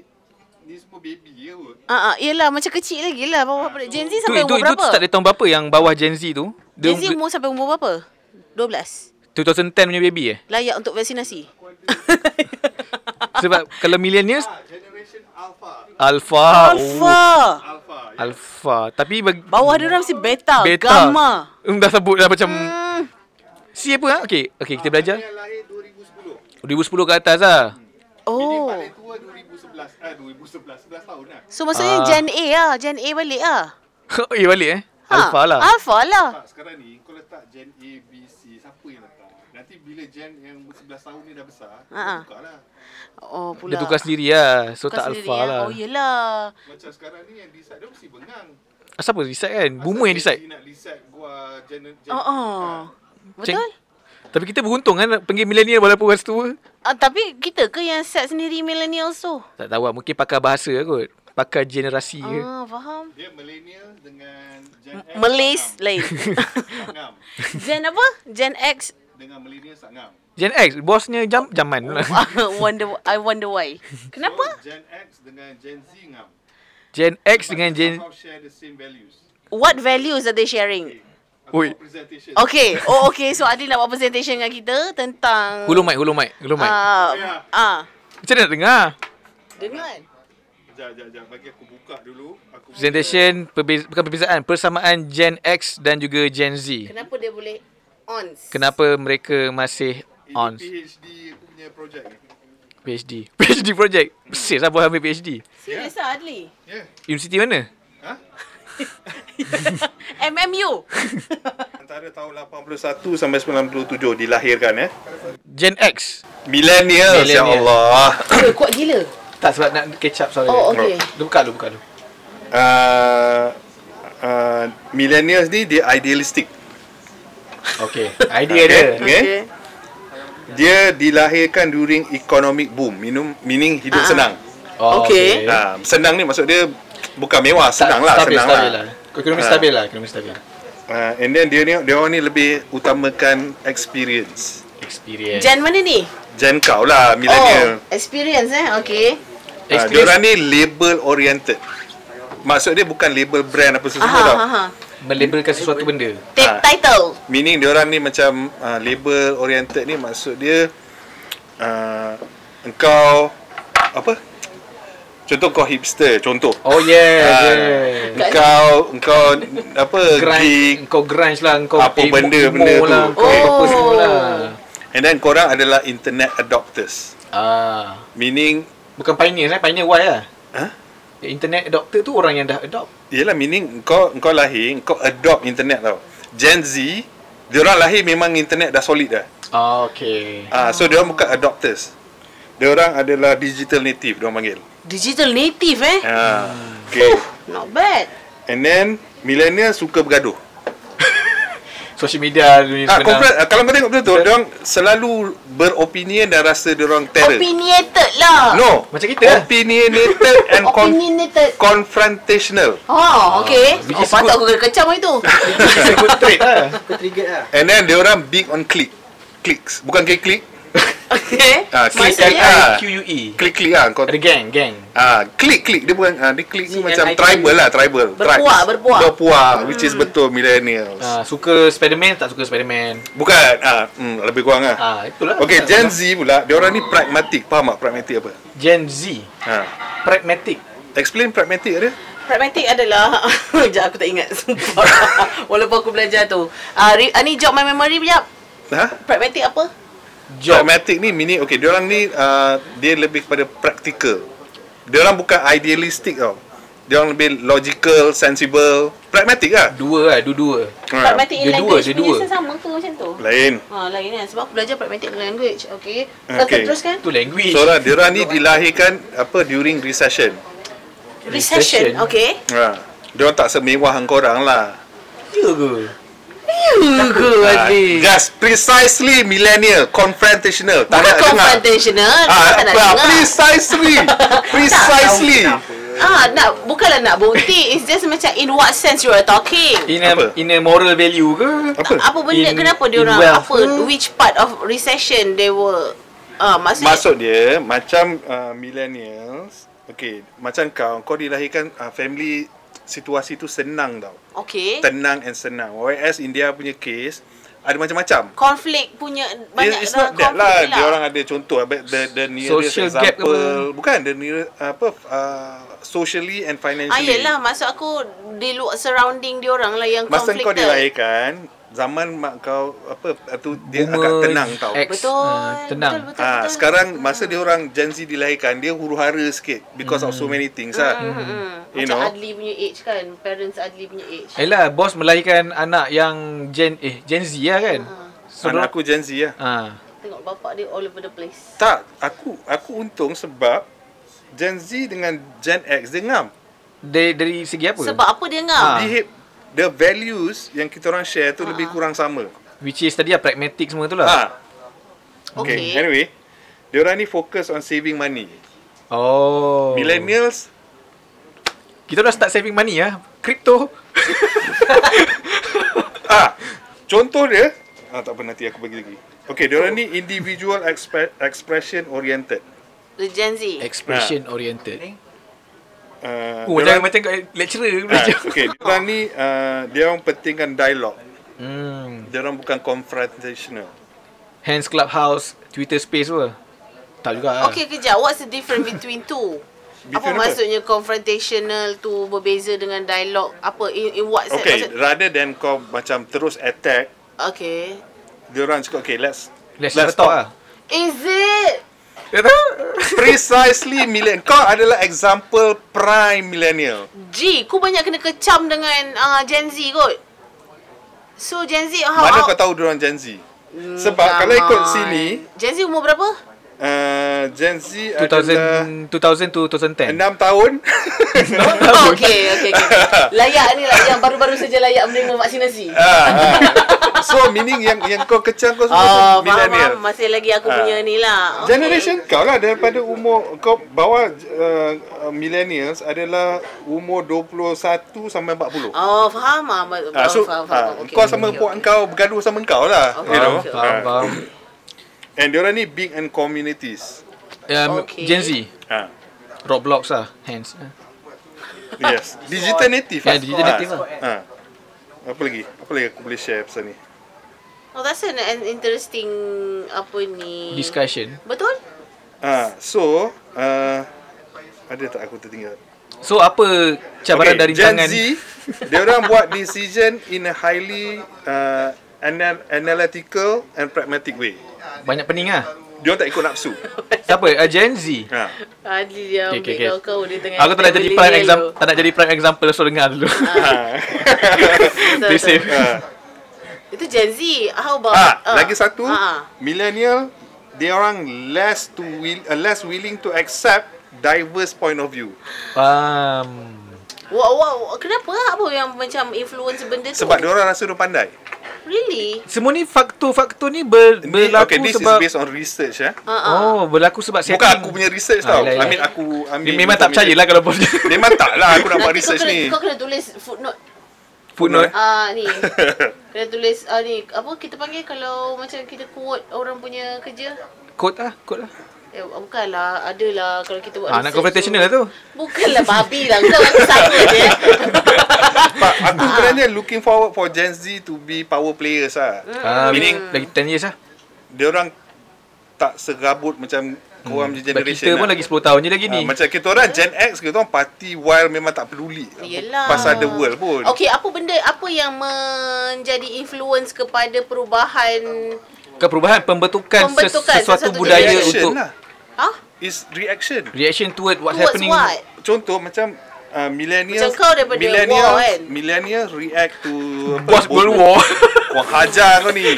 ni semua baby je kot.
Ah ah, yelah macam kecil lagi lah bawah pada Gen Z
Itu
sampai
itu
umur
itu start
berapa?
dari tahun berapa yang bawah Gen Z tu? Dia
Gen Z umur sampai umur berapa? 12.
2010 punya baby eh?
Layak untuk vaksinasi.
Sebab kalau millennials
Ah, generation alpha.
Alpha.
Alpha.
Alpha.
Oh, alpha. Tapi bagi
Bawah dia orang mesti beta,
beta.
gamma.
Hmm, dah sebut dah macam
Hmm.
C apa ah? Okey, okey kita belajar.
Yang lahir 2010.
2010 ke atas lah.
Ini
Oh.
paling tua 2011. Ah 2011, 11 tahun lah.
So maksudnya
Ah.
Gen A lah. Gen A balik lah.
eh balik eh.
Ha,
Alpha lah.
Alpha lah.
Tak, sekarang ni kau letak Gen A, B, C, siapa yang letak? Nanti bila Gen yang 11 tahun ni dah besar,
Ha-ha.
uh tukar lah.
Oh pula.
Dia tukar sendiri lah. So
Tukar
tak
sendiri,
alpha
eh.
lah.
Oh yelah.
Macam sekarang ni yang decide dia mesti bengang.
Siapa decide kan? Boomer yang
Asal
decide.
Gen Z nak decide gua Gen, Gen
Oh, oh. Betul?
Tapi kita beruntung kan panggil millennial walaupun orang tua.
Ah, tapi kita ke yang set sendiri millennials tu?
Tak tahu lah. Mungkin pakar bahasa lah kot. Pakar generasi ke.
Ah, faham.
Dia millennial dengan Gen X.
Malays
tak
lain.
ngam. Tak ngam.
Gen apa? Gen X.
Dengan millennial tak ngam.
Gen X. Bosnya jam, jaman
Oh,
lah.
ah. wonder I wonder why. Kenapa?
So, Gen X dengan Gen Z ngam.
Gen X dengan
But
Gen...
Somehow share the same values.
What values are they sharing?
Aku
Oi.
buat presentation.
Okay. Oh okay. So Adi nak buat presentation dengan kita tentang
Hulung mic, hulung mic, hulung mic.
Ah. ah.
Macam mana nak dengar?
Dengar.
Sekejap, sekejap, sekejap. Bagi aku buka dulu. Aku buka.
Presentation, perbeza, bukan perbezaan, persamaan Gen X dan juga Gen Z.
Kenapa dia boleh ons?
Kenapa mereka masih
Ini
on
PhD aku punya projek ni.
PhD? PhD project. Persis lah buat ambil PhD.
Serius ah Adli?
Ya. Yeah.
Universiti mana?
Ha?
MMU.
Antara tahun 81 sampai 97 dilahirkan eh.
Gen X.
Millennials,
ya
Allah.
Gila, Oh, kuat gila.
Tak sebab nak catch up sorry.
Oh, okay.
Lu buka lu, buka lu.
Uh, uh, millennials ni dia idealistik.
Okay. Idea dia.
Okay. Dia dilahirkan during economic boom, minum meaning hidup senang.
Oh,
Okay.
Ha, senang ni maksud dia bukan mewah, senang lah,
stabil,
senang
stabil
lah.
lah. Ekonomi
Ha.
stabil lah, ekonomi stabil.
Uh, and then dia ni dia orang ni lebih utamakan experience.
Experience.
Jan mana ni?
Gen kau lah millennial.
Oh, experience eh. Okay.
Ah,
Oh, Experience.
diorang ni label oriented. Maksud dia bukan label brand apa sesuatu
Aha,
tau.
aha, aha.
Melabelkan sesuatu benda.
Take
Ah.
title.
Meaning diorang ni macam uh, label oriented ni maksud dia uh, engkau apa? Contoh kau hipster, contoh.
Oh yes,
Ah,
yes.
Engkau engkau apa gig
Grunge, kau grunge lah, kau
Apa
emo-
benda,
emo
benda tu.
lah, Kau
Oh.
apa semua lah.
and then korang adalah internet adopters.
Ah,
Meaning
bukan pioneer lah, pioneer Y lah.
Huh?
Internet adopter tu orang yang dah adopt.
Yelah meaning kau kau lahir kau adopt internet tau. Gen Z dia orang lahir memang internet dah solid dah.
Ah, okay.
Ah so dia orang bukan adopters. Dia orang adalah digital native dia orang panggil.
Digital native eh.
Ah.
Hmm.
Okay.
Not bad.
And then millennial suka bergaduh.
Social media dunia
Ah,
sebenar.
komplet, ah, kalau kau tengok betul tu, dia orang selalu beropinion dan rasa dia orang terror.
Opinionated lah.
no,
Macam kita lah.
Opinionated and con-
Opinionated.
confrontational.
Oh, okay.
Ah,
Oh,
which is
patut
good.
aku kena kecam hari tu.
It's a good trait
eh,
lah.
Aku triggered lah.
And then dia orang big on click. Clicks. Bukan klik klik.
Okay.
Ah, click
Maksudnya-
Ah.
QUE.
Klik klik ah kau.
E. Ada gang, gang.
Ah, klik klik dia bukan ah, dia klik ni
Z
macam
and I
tribal lah, tribal.
Berpuak,
Tribes.
berpuak. Hmm.
Berpuak which is betul millennials.
Ah, suka Spiderman tak suka Spiderman.
Bukan ah, mm, lebih kurang ah.
Ah, itulah.
Okay, Gen Z pula, dia orang ni pragmatic. Faham tak pragmatic apa?
Gen Z.
Ha.
Pragmatic.
Explain pragmatic dia.
Pragmatic adalah Sekejap aku tak ingat Sumpah Walaupun aku belajar tu uh, re, uh, Ni jog my memory sekejap
Ha?
Pragmatic apa?
Job.
Pragmatic ni mini okay, dia orang ni uh, dia lebih kepada practical. Dia orang bukan idealistic tau. Dia orang lebih logical, sensible, pragmatic lah.
Dua lah, dua-dua.
Ha.
pragmatic in
dia dua,
language
dia
punya
dua.
saya sama ke macam tu?
Lain.
Ha, lain kan Sebab aku belajar pragmatic in language Okay,
Okay.
okay. Terus kan?
Tu language.
So lah, dia orang ni dilahirkan apa during recession.
Recession,
Recession.
Okay
Ha. Dia orang tak semewah hang korang lah.
Ya ke? Ah,
Ha. Just precisely millennial, confrontational. Tak
Bukan
nak dengar.
confrontational
Ah,
Bukan nak
apa,
dengar
precisely. precisely.
Ah, nak bukanlah nak bukti. It's just macam in what sense you are talking.
In a,
Apa?
in a moral value ke?
Apa?
Apa benda
In-
kenapa dia
in
orang
wealth
apa
ke?
which part of recession they were ah maksud
Maksud dia macam uh, millennials, okay, macam kau, kau dilahirkan uh, family situasi tu senang tau.
okay
Tenang and senang. Whereas India punya case ada macam-macam.
konflik punya banyak
It- It's
orang
not that
konflik
lah. Dia orang ada contoh apa, the the nearest
Social gap ke
example.
apa?
Bukan the near apa uh, socially and
ah,
financially.
yelah maksud aku di luar surrounding dia orang lah yang
Masa kau
conflicted.
dilahirkan, zaman mak kau apa uh, tu dia
Boomer,
agak tenang tau.
X,
Betul.
ah, tenang.
Betul, betul,
Ah,
betul.
sekarang masa dia orang Gen Z dilahirkan, dia huru-hara sikit because of so many things lah.
hmm.
You
Macam
know.
Adli punya age kan. Parents Adli punya age.
Yelah, bos melahirkan anak yang Gen eh Gen Z lah kan? So,
Anak aku Gen Z lah.
Ah.
Tengok bapak dia all over the place.
Tak, aku aku untung sebab Gen Z dengan Gen X dia ngam.
Dari, dari segi apa?
Sebab apa dia
Ah.
ngam?
Behave the values yang kita orang share tu
Ah.
lebih kurang sama.
Which is tadi lah pragmatic semua tu lah.
Ha. Okay.
Okay.
Anyway, dia orang ni fokus on saving money.
Oh.
Millennials
Kita dah start saving money lah. Crypto.
ah contoh dia ah tak apa nanti aku bagi lagi. Okay, dia orang ni individual expe- expression oriented.
The Gen Z.
Eh, Expression oriented.
Uh,
Oh,
dia
jangan
orang-
macam kat lecturer
Ah,
belajar.
okay, dia orang ni uh, dia orang pentingkan dialog.
Hmm.
Dia orang bukan confrontational.
Hands Clubhouse, Twitter Space tu lah. Tak juga lah.
Okay, kejap. What's the difference between two? apa
Between apa?
maksudnya confrontational tu berbeza dengan dialog? Apa in, in what sense?
Okay,
Maksud-
rather than kau macam terus attack,
okay.
dia orang cakap okay, let's
Let's, let's talk lah.
Is it?
Dia tahu.
Precisely millennial. Kau adalah example prime millennial.
G, ku banyak kena kecam dengan uh, Gen Z kot. So Gen Z how,
Mana
how Hmm,
kau tahu dia orang Gen Z? Sebab kalau ikut sini,
Gen Z umur berapa?
uh, Gen Z
2000, 2000 to 2010.
adalah 6 tahun.
Oh, okay, okay, okay. Layak ni lah yang baru-baru saja layak menerima vaksinasi.
ah, ah. So meaning yang yang kau kecang kau semua
Oh,
tu
faham,
millennial. Ah.
faham. Masih lagi aku punya ni lah. Okay.
Generation kau lah daripada umur kau bawah uh, uh, millennials adalah umur 21 sampai 40.
Oh, faham ah. Ma-
Ah, so,
faham, faham,
ah,
faham. Okay,
kau
okay,
sama
okay,
puak
okay.
kau bergaduh sama kau lah.
Okay,
You know.
Faham, faham,
Ah.
faham.
And diorang ni big and communities.
Um,
Okay. Eh.
Gen Z.
Ah.
Roblox lah. Hands.
Yes. Ah, Digital native.
Ya,
ah.
digital
Ah.
native lah.
Ah. Apa lagi? Apa lagi aku boleh share pasal ni?
Oh, that's an, an interesting apa ni?
Discussion.
Betul?
Ah, so uh, ada tak aku tertinggal?
So apa cabaran dari
Gen
tangan
Z, dia orang buat decision in a highly uh, anal- analytical and pragmatic way.
banyak pening ah.
Dia orang tak ikut nafsu.
Siapa? Uh, Gen Z.
Ha.
Adli dia
Okay,
okay,
okay,
okay,
okay.
kau Eh, dia tengah
Aku tak nak jadi
tengah
prime
beli
example,
dia Ah,
tak nak jadi prime example so dengar dulu.
tu.
Be safe.
Ha.
Itu Gen Z How about
Ah,
ah,
lagi satu,
ah, ah.
millennial dia orang less to will, uh, less willing to accept diverse point of view.
Faham.
Wah, wah, wah, kenapa lah apa yang macam influence benda tu?
Sebab dia orang rasa dia pandai.
Really?
Semua ni faktor-faktor ni ber,
Ni,
berlaku
okay, this
sebab
is based on research eh.
Uh-uh.
Oh, berlaku sebab setting.
Bukan aku punya research
Ah,
tau.
yelah, yelah.
I mean aku ambil
Dia memang tak percaya
information.
lah kalau bos dia.
Memang tak lah aku nak buat research
kau kena,
ni.
Kau kena tulis footnote.
eh?
Footnote.
Ah ni. kena tulis ah ni apa kita panggil kalau macam kita quote orang punya kerja.
Kod lah, kod lah.
Eh bukanlah, adalah kalau kita buat
Ah,
research
nak confrontational lah tu.
Bukanlah babi lah. Kau aku sama je. eh.
But aku
Ah.
sebenarnya looking forward for Gen Z to be power players lah.
Hmm.
Ah,
Meaning-
lagi 10 years lah.
Dia orang tak serabut macam korang punya
Sebab
generation
Hmm. kita pun
lah.
lagi 10 tahun je lagi
Ah,
ni.
macam kita orang Gen X kita orang party wild memang tak peduli
Yelah.
pasal the world pun.
Okey, apa benda apa yang menjadi influence kepada perubahan
Bukan perubahan, pembentukan, ses-
Pembentukan
sesuatu
sesuatu
budaya
generation
untuk
lah.
ah
Is reaction.
reaction toward what's
towards
happening.
what?
Contoh macam uh, millennials
Macam kau daripada
millennials,
war kan?
millennials react to apa,
Boss
bom-
World War.
Wah hajar kau ni.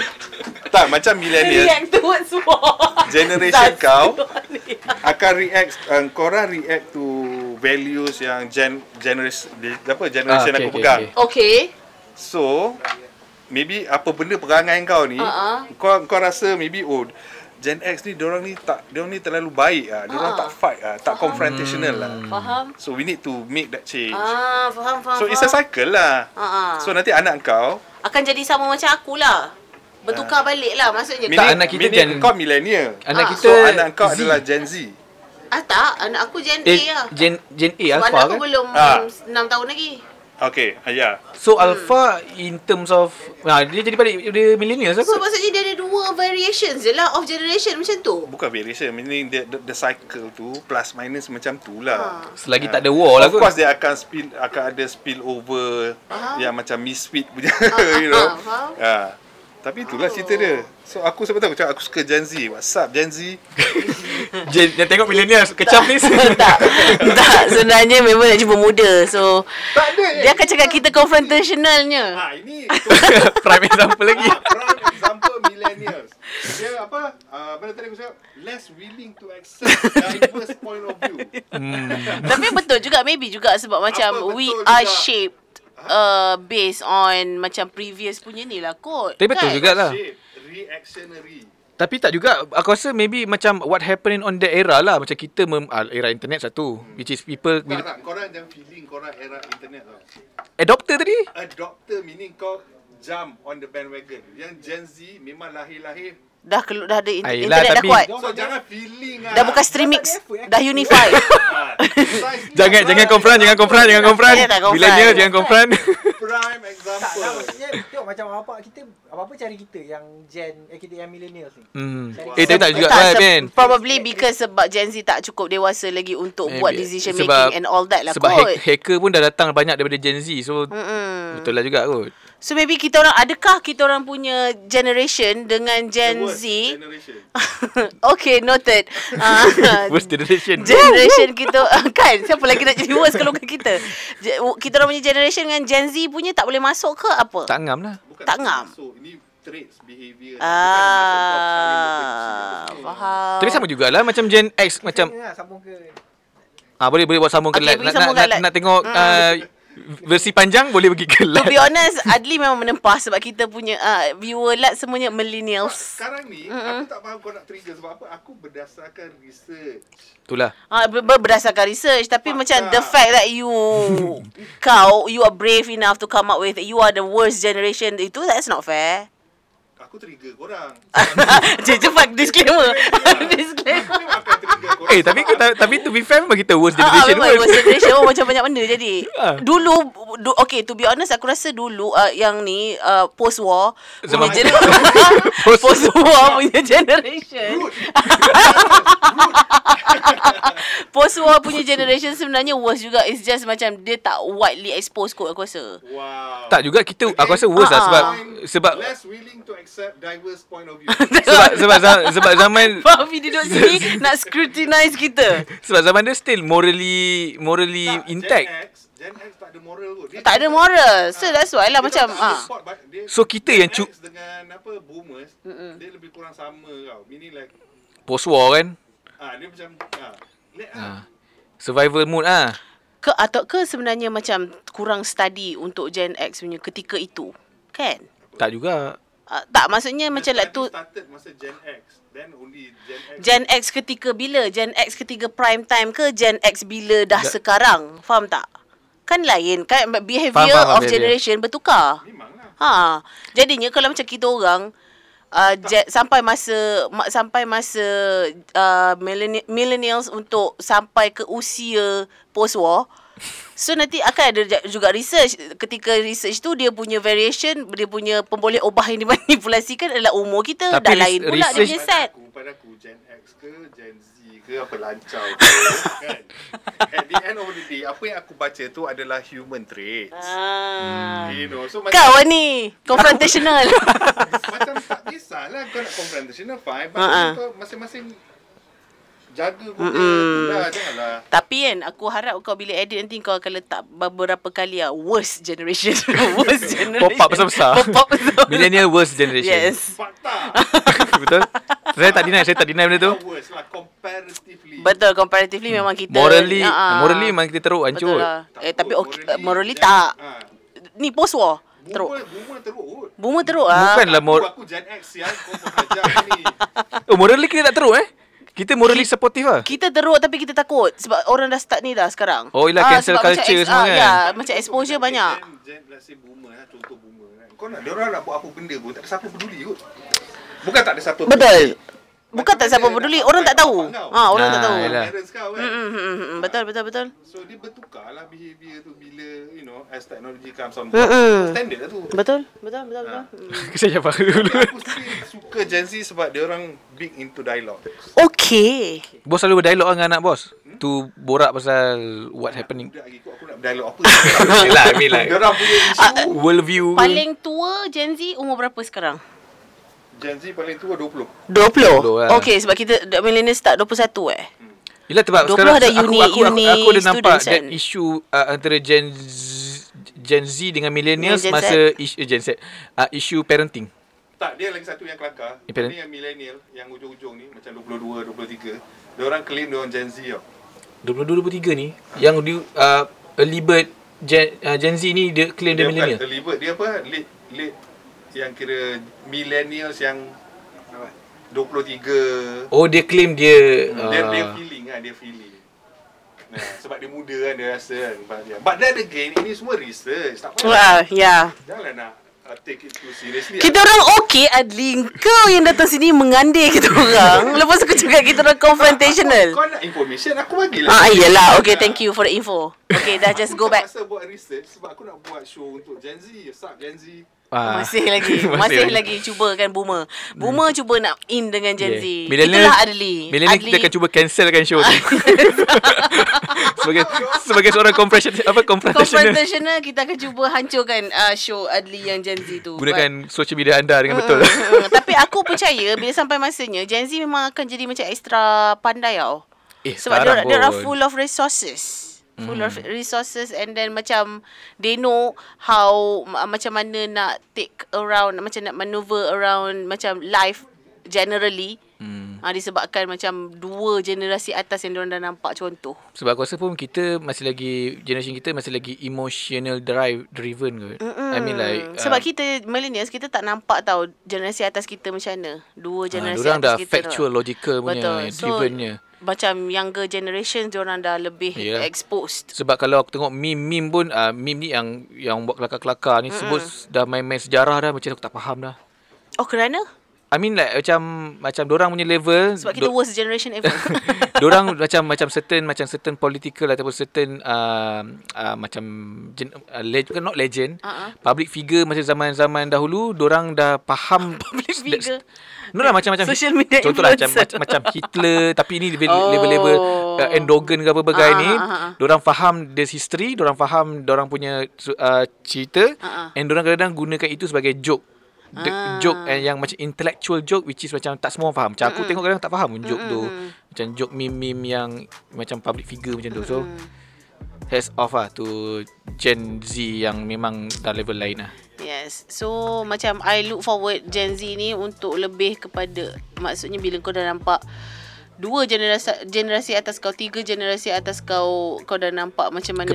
Tak macam millennials
React towards what?
Generation
Zaz-
kau akan react um, korang react to values yang gen generation apa generation
Ah,
ah,
okay,
okay, aku
okay,
pegang.
okay.
Okey.
So maybe apa benda perangai kau ni
Ah,
uh-huh. kau kau rasa maybe oh Gen X ni diorang ni tak diorang ni terlalu baik ah. Diorang
Ah.
tak fight ah, tak confrontational lah.
Hmm.
Faham?
So we need to make that change.
Ah, faham faham.
So
faham.
it's a cycle lah.
Ah, ah.
So nanti anak kau
akan jadi sama macam akulah. Bertukar balik lah maksudnya.
Minit-
Tak.
anak kita Gen-
meaning kau millennial.
Anak
Ah.
kita
So anak kau
Z.
adalah Gen Z.
Ah, tak, anak aku Gen
eh,
A lah.
Gen, Gen A,
Sebab
Alpha
anak aku
kan?
belum
Ah.
6 tahun lagi.
Okay, ah, yeah.
Hmm.
So Alpha in terms of ha, dia jadi balik dia millennials
So
apa?
maksudnya dia ada dua variations je lah of generation macam tu.
Bukan variation, meaning the, the, the cycle tu plus minus macam tu
Ah.
lah.
Selagi tak ada
Oh,
war lah
Of
kot.
course dia akan spill akan ada spill over
Faham.
yang macam misfit punya you know.
ah, faham. Oh.
Ah. Tapi itulah cerita dia. So aku sebab tu aku cakap aku suka Gen Z. What's up Gen Z?
Gen, yang tengok millennials kecam please.
tak. tak. Sebenarnya memang nak jumpa muda. So
tak ada.
dia akan cakap kita confrontationalnya.
Ha ini tu
Prime example lagi.
Prime example millennials. Dia apa? Uh, benda tadi aku cakap less willing to accept diverse point of view.
Tapi betul juga maybe juga sebab macam
betul
we
juga?
are shaped uh, based on macam previous punya ni lah kot.
Tapi betul jugalah.
Shape reactionary.
Tapi tak juga aku rasa maybe macam what happening on the era lah macam kita mem, ah, era internet satu which is people
Tak
we-
tak korang jangan feeling korang era internet tau.
adopter tadi.
Adopter meaning kau jump on the bandwagon. Yang Gen Z memang lahir-lahir.
Dah kelu- dah ada in-
Ayolah,
internet dah
tapi-
kuat.
So jangan feeling ah.
Dah bukan streamix, dah unify.
Ah, precisely.
Jangan jangan confront, jangan confront, jangan confront.
Saya tak confront.
Millennial jangan confront.
Prime
Tak lah
example.
maksudnya tengok macam apa kita apa-apa cari kita yang gen eh kita yang millennials ni.
hmm.
Wow.
Eh tapi tak juga
Tak,
lah
se-
Ben.
Probably because sebab Gen Z tak cukup dewasa lagi untuk buat decision
Sebab-
making and all that lah
Sebab
kot.
hack, hacker pun dah datang banyak daripada Gen Z. So
Mm-mm.
betul lah juga kot.
So maybe kita orang adakah kita orang punya generation dengan Gen Z?
Generation.
okay, noted. Ah,
Worst generation.
generation kita kan siapa lagi nak jadi worst kalau bukan kita. Je- Kita orang punya generation dengan Gen Z punya tak boleh masuk ke apa?
tak ngam lah.
Bukan
Tak ngam.
So ini traits behavior.
Ah, faham.
Tapi sama jugalah macam Gen X macam
Kena lah sambung ke
Ah boleh boleh buat sambung ke
Okey,
okay,
boleh
nak, nak,
sambung ke
nak,
lab.
nak tengok
Mm.
uh, versi panjang boleh pergi ke
To
lab.
be honest, Adli memang menempah sebab kita punya uh, viewer lot semuanya millennials.
Sekarang ni aku tak faham kau nak trigger sebab apa? Aku berdasarkan research.
Itulah.
Ha, ber- ber- berdasarkan research tapi
Fakta.
lah.
macam the fact that you kau you are brave enough to come up with you are the worst generation itu that's not fair.
Aku trigger korang.
Cik, cepat disclaimer. disclaimer.
Memang akan trigger korang.
Eh tapi kita, tapi to be fair memang kita worst
Ah, ah,
generation
memang
pun.
worst generation oh, macam banyak benda jadi.
Ah.
Dulu du, okay to be honest aku rasa dulu uh, yang ni uh, post war
Zaman-
punya generation post war punya generation post war punya generation sebenarnya worse juga it's just macam dia tak widely exposed kot aku rasa
Wow.
Tak juga kita aku rasa worse lah
Ah, ah.
sebab sebab
uh-huh. less willing to accept diverse point of view.
sebab sebab za- sebab zaman
Fahmi duduk sini nak scrutinize kita
sebab zaman dia still morally morally
Tak,
intact.
Gen X, Gen X tak ada moral kot. Dia
tak ada moral so that's why lah macam ah
support, but dia-
So, kita
Gen
yang cu-
X dengan apa boomers, dia lebih kurang sama tau. Meaning like
Post war kan.
ah dia macam ah let ah.
Survival mode ah.
ke atau ke sebenarnya macam kurang study untuk Gen X punya ketika itu kan
Tak juga.
uh, tak maksudnya
The
macam like
study
tu
started masa Gen X, then only Gen X.
Gen X ketika bila? Gen X ketika prime time ke Gen X bila dah sekarang? Faham tak? Kan lain kan behavior
Faham, faham,
of
behavior.
generation bertukar.
Memanglah.
Ha. Jadinya kalau macam kita orang uh, je, sampai masa ma, sampai masa uh, millenni- millennials untuk sampai ke usia post war So nanti akan ada ja- juga research Ketika research tu Dia punya variation Dia punya pemboleh obah yang dimanipulasikan Adalah umur kita
Tapi
Dah
res-
lain pula dia
research-
punya set
Aku, pada aku Gen X ke Gen Z ke apa lancar ke, kan. At the end of the day, apa yang aku baca tu adalah human traits.
Ah.
Hmm.
You know, so
Kau
macam,
ni confrontational.
macam tak kisahlah kau nak confrontational fine, but
Ha-ha.
kau masing-masing jaga muka tu lah, janganlah.
Tapi kan aku harap kau bila edit nanti kau akan letak beberapa kali ah worst generation. worst generation.
Pop up besar-besar.
Pop up besar.
Millennial worst generation.
Yes.
Fakta.
Betul? Saya tak deny, saya tak deny benda tu.
Kita worse lah, comparatively.
Betul comparatively memang kita
Morally,
Ah, ah.
morally memang kita teruk hancur.
Betul lah.
Tak
Eh tapi
good,
okay, morally tak.
Ha.
Ni post war. Teruk.
Boomer, boomer teruk kot.
Boomer teruk ah.
Bukanlah
Aku,
Lah, mor-
aku Gen X sial, kau mengajar ni.
oh, morally kita tak teruk eh. Kita morally supportive lah.
Kita teruk tapi kita takut sebab orang dah start ni dah sekarang.
Oh, yelah, cancel
sebab
culture
macam, ex-
semua
ah,
kan.
Ya, macam exposure banyak.
Gen, gen, let's say boomer lah, contoh boomer kan. Kau nak, diorang nak buat apa benda pun, tak ada siapa peduli kot. Bukan tak ada siapa
Betul. Bukan tak siapa peduli, orang tak tahu. Ha, orang tak
Ah,
tahu.
yelah.
Parents kau kan.
Mm, mm, mm, mm. Betul betul betul.
So, dia bertukar lah behaviour tu bila, you know, as technology comes on board.
Mm-mm.
Standard lah tu.
Betul betul betul betul.
Saya jawab dulu.
Aku still suka Gen Z sebab diorang big into dialogue.
Okay.
Bos selalu berdialog dengan anak bos. Tu borak pasal what happening.
Budak lagi kot, aku nak berdialog apa.
Yelah, I mean like Ah, eh.
diorang punya isu.
world view.
Paling tua Gen Z umur berapa sekarang?
Gen Z paling tua 20.
20
20.
lah.
Okay sebab kita the millennials start 21 eh.
Yelah sebab
20
sekarang
ada
aku,
uni-
aku, aku,
uni
aku, ada nampak
students
that
kan?
issue uh, antara Gen Z, Gen Z dengan millennials
Gen Z.
masa isu, Gen Z uh, issue parenting.
Tak, dia lagi satu yang kelakar.
Ni parent-
Ni yang millennial, yang ujung-ujung ni macam 22, 23. Dia orang claim dia orang Gen Z tau.
22 23 ni yang di uh, early bird Gen, uh, Gen Z ni dia claim dia,
Dia bukan
millennial.
early bird, dia apa? Late late yang kira millennials yang apa, 23.
Oh dia claim dia
Hmm, Dia dia
uh,
feeling kan, dia feeling. Nah, sebab dia muda kan dia rasa kan sebab dia. But then again, ini semua research. Tak payah.
Wah, ya.
Janganlah nak uh, take it too seriously.
Kita orang okay Adlin Kau yang datang sini mengandai kita orang Lepas aku cakap kita orang confrontational
Kau nak information, aku bagilah.
Ah iyalah Okay thank you for the info Okay dah just go back
Aku terpaksa buat research sebab aku nak buat show untuk Gen Z. Sup Gen Z.
ah, Hmm.
Masih lagi Masih lagi cuba kan Boomer Boomer cuba nak in dengan Gen Z
Yeah. Millennial-
Itulah Adli
Millennial kita akan cuba cancelkan show tu. sebagai sebagai seorang confrontation apa confrontational.
Confrontational kita akan cuba hancurkan uh, show Adli yang Gen Z tu But-
Gunakan social media anda dengan betul.
Mm, Tapi aku percaya bila sampai masanya Gen Z memang akan jadi macam extra pandai tau.
eh,
Sebab dia
sekarang
dia orang
pun. Hmm.
full of resources. Full of resources and then macam they know how ma- macam mana nak take around macam nak maneuver around macam life generally. Hmm. Ha, disebabkan macam dua generasi atas yang diorang dah nampak contoh.
Sebab aku rasa pun kita masih lagi generation kita masih lagi emotional drive driven kot. Mm-mm. I mean like um, uh,
Hmm, Sebab kita millennials kita tak nampak tau generasi atas kita macam mana. Dua generasi
orang
atas
Ah, dah
kita.
factual
tau.
logical punya drivennya.
Macam younger generation orang dah lebih
Yelah.
yeah. exposed.
Sebab kalau aku tengok meme-meme pun uh, meme ni yang yang buat kelakar-kelakar ni mm-hmm. sebut dah main-main sejarah dah macam aku tak faham dah.
Oh kerana?
I mean like macam macam orang punya level
Sebab kita
do-
worst generation ever.
Diorang macam macam certain macam certain political ataupun certain uh, uh, macam gen, uh, leg, bukan not legend
Ah, ah.
uh-huh. public figure macam zaman-zaman dahulu diorang dah faham public
figure.
No lah macam macam
Social media
contoh lah macam,
influencer.
macam macam Hitler tapi ni level
Oh.
oh. level, level uh, Endogen ke apa bagai
Ah,
ni
ah, ah, ah.
diorang faham this history diorang faham diorang punya uh, cerita
Ah,
uh-huh. and diorang kadang-kadang gunakan itu sebagai joke The joke and yang macam intellectual joke which is macam tak semua orang faham. Macam aku tengok kadang tak faham pun joke tu. Macam joke meme-meme yang macam public figure macam tu. So hats off lah to Gen Z yang memang dah level lain lah.
Yes. So macam I look forward Gen Z ni untuk lebih kepada maksudnya bila kau dah nampak dua generasi generasi atas kau, tiga generasi atas kau, kau dah nampak macam mana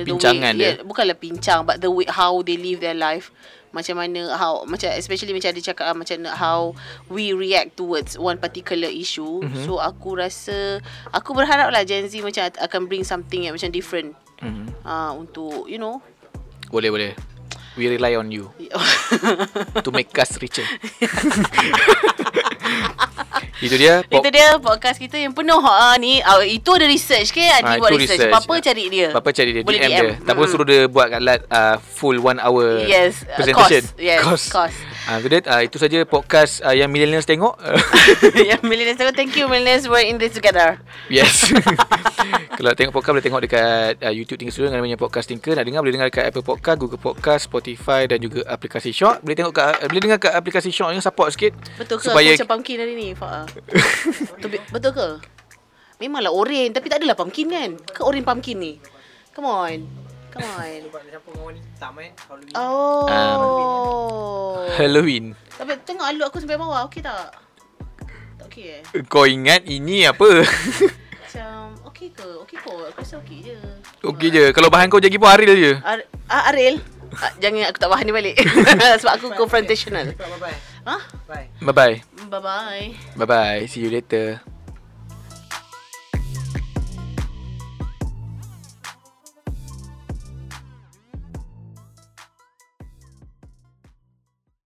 the way,
Kepincangan dia.
Yeah, bukanlah pincang but the way how they live their life. Macam mana how macam especially macam ada cakap ah, macam mana how we react towards one particular issue.
Mhm.
Mm-hmm. So aku rasa aku berharap lah Gen Z macam akan bring something yang macam different.
Mhm.
Uh, untuk you know
Boleh boleh. We rely on you to make us richer. Itu dia.
Itu dia podcast kita yang penuh ha, ni. Uh, itu ada research ke? Ada
Ah,
buat
itu
research.
research.
Papa cari dia.
Papa cari dia
Boleh
DM, dia
Mm.
Ataupun suruh dia buat kat lat uh, Full one hour
Yes, uh,
Presentation
course. Yes, course.
Ah, After that uh, Itu saja podcast uh, Yang millennials tengok
yang millennials tengok. Thank you millennials. We're in this together.
Yes Kalau tengok podcast Boleh tengok dekat uh, YouTube Tinker Studio Dengan namanya Podcast Tinker Nak dengar boleh dengar Dekat Apple Podcast Google Podcast Spotify Dan juga aplikasi Short Boleh tengok kat, uh, Boleh dengar kat aplikasi Short ni Support sikit
Betul ke
Supaya
aku macam pumpkin hari ni? Faa? Betul, be- betul ke? Memanglah orange tapi tak adalah pumpkin kan? Ke orange pumpkin ni? Come on. Come on.
Sebab dia campur dengan warna hitam kan. Kalau ni.
Ah,
Oh.
Halloween
Tapi tengok alut aku sampai bawah. Okey tak? Tak okey eh?
Kau ingat ini apa
Macam okey ke? Okey kot. Aku rasa okey je.
Okey je Kalau bahan kau jadi pun Haril je
Ar- ah, Ariel. Ah, jangan aku tak faham ni balik. Sebab aku confrontational.
Bye bye.
Hah?
Bye.
Bye bye
Bye-bye.
Bye bye See you later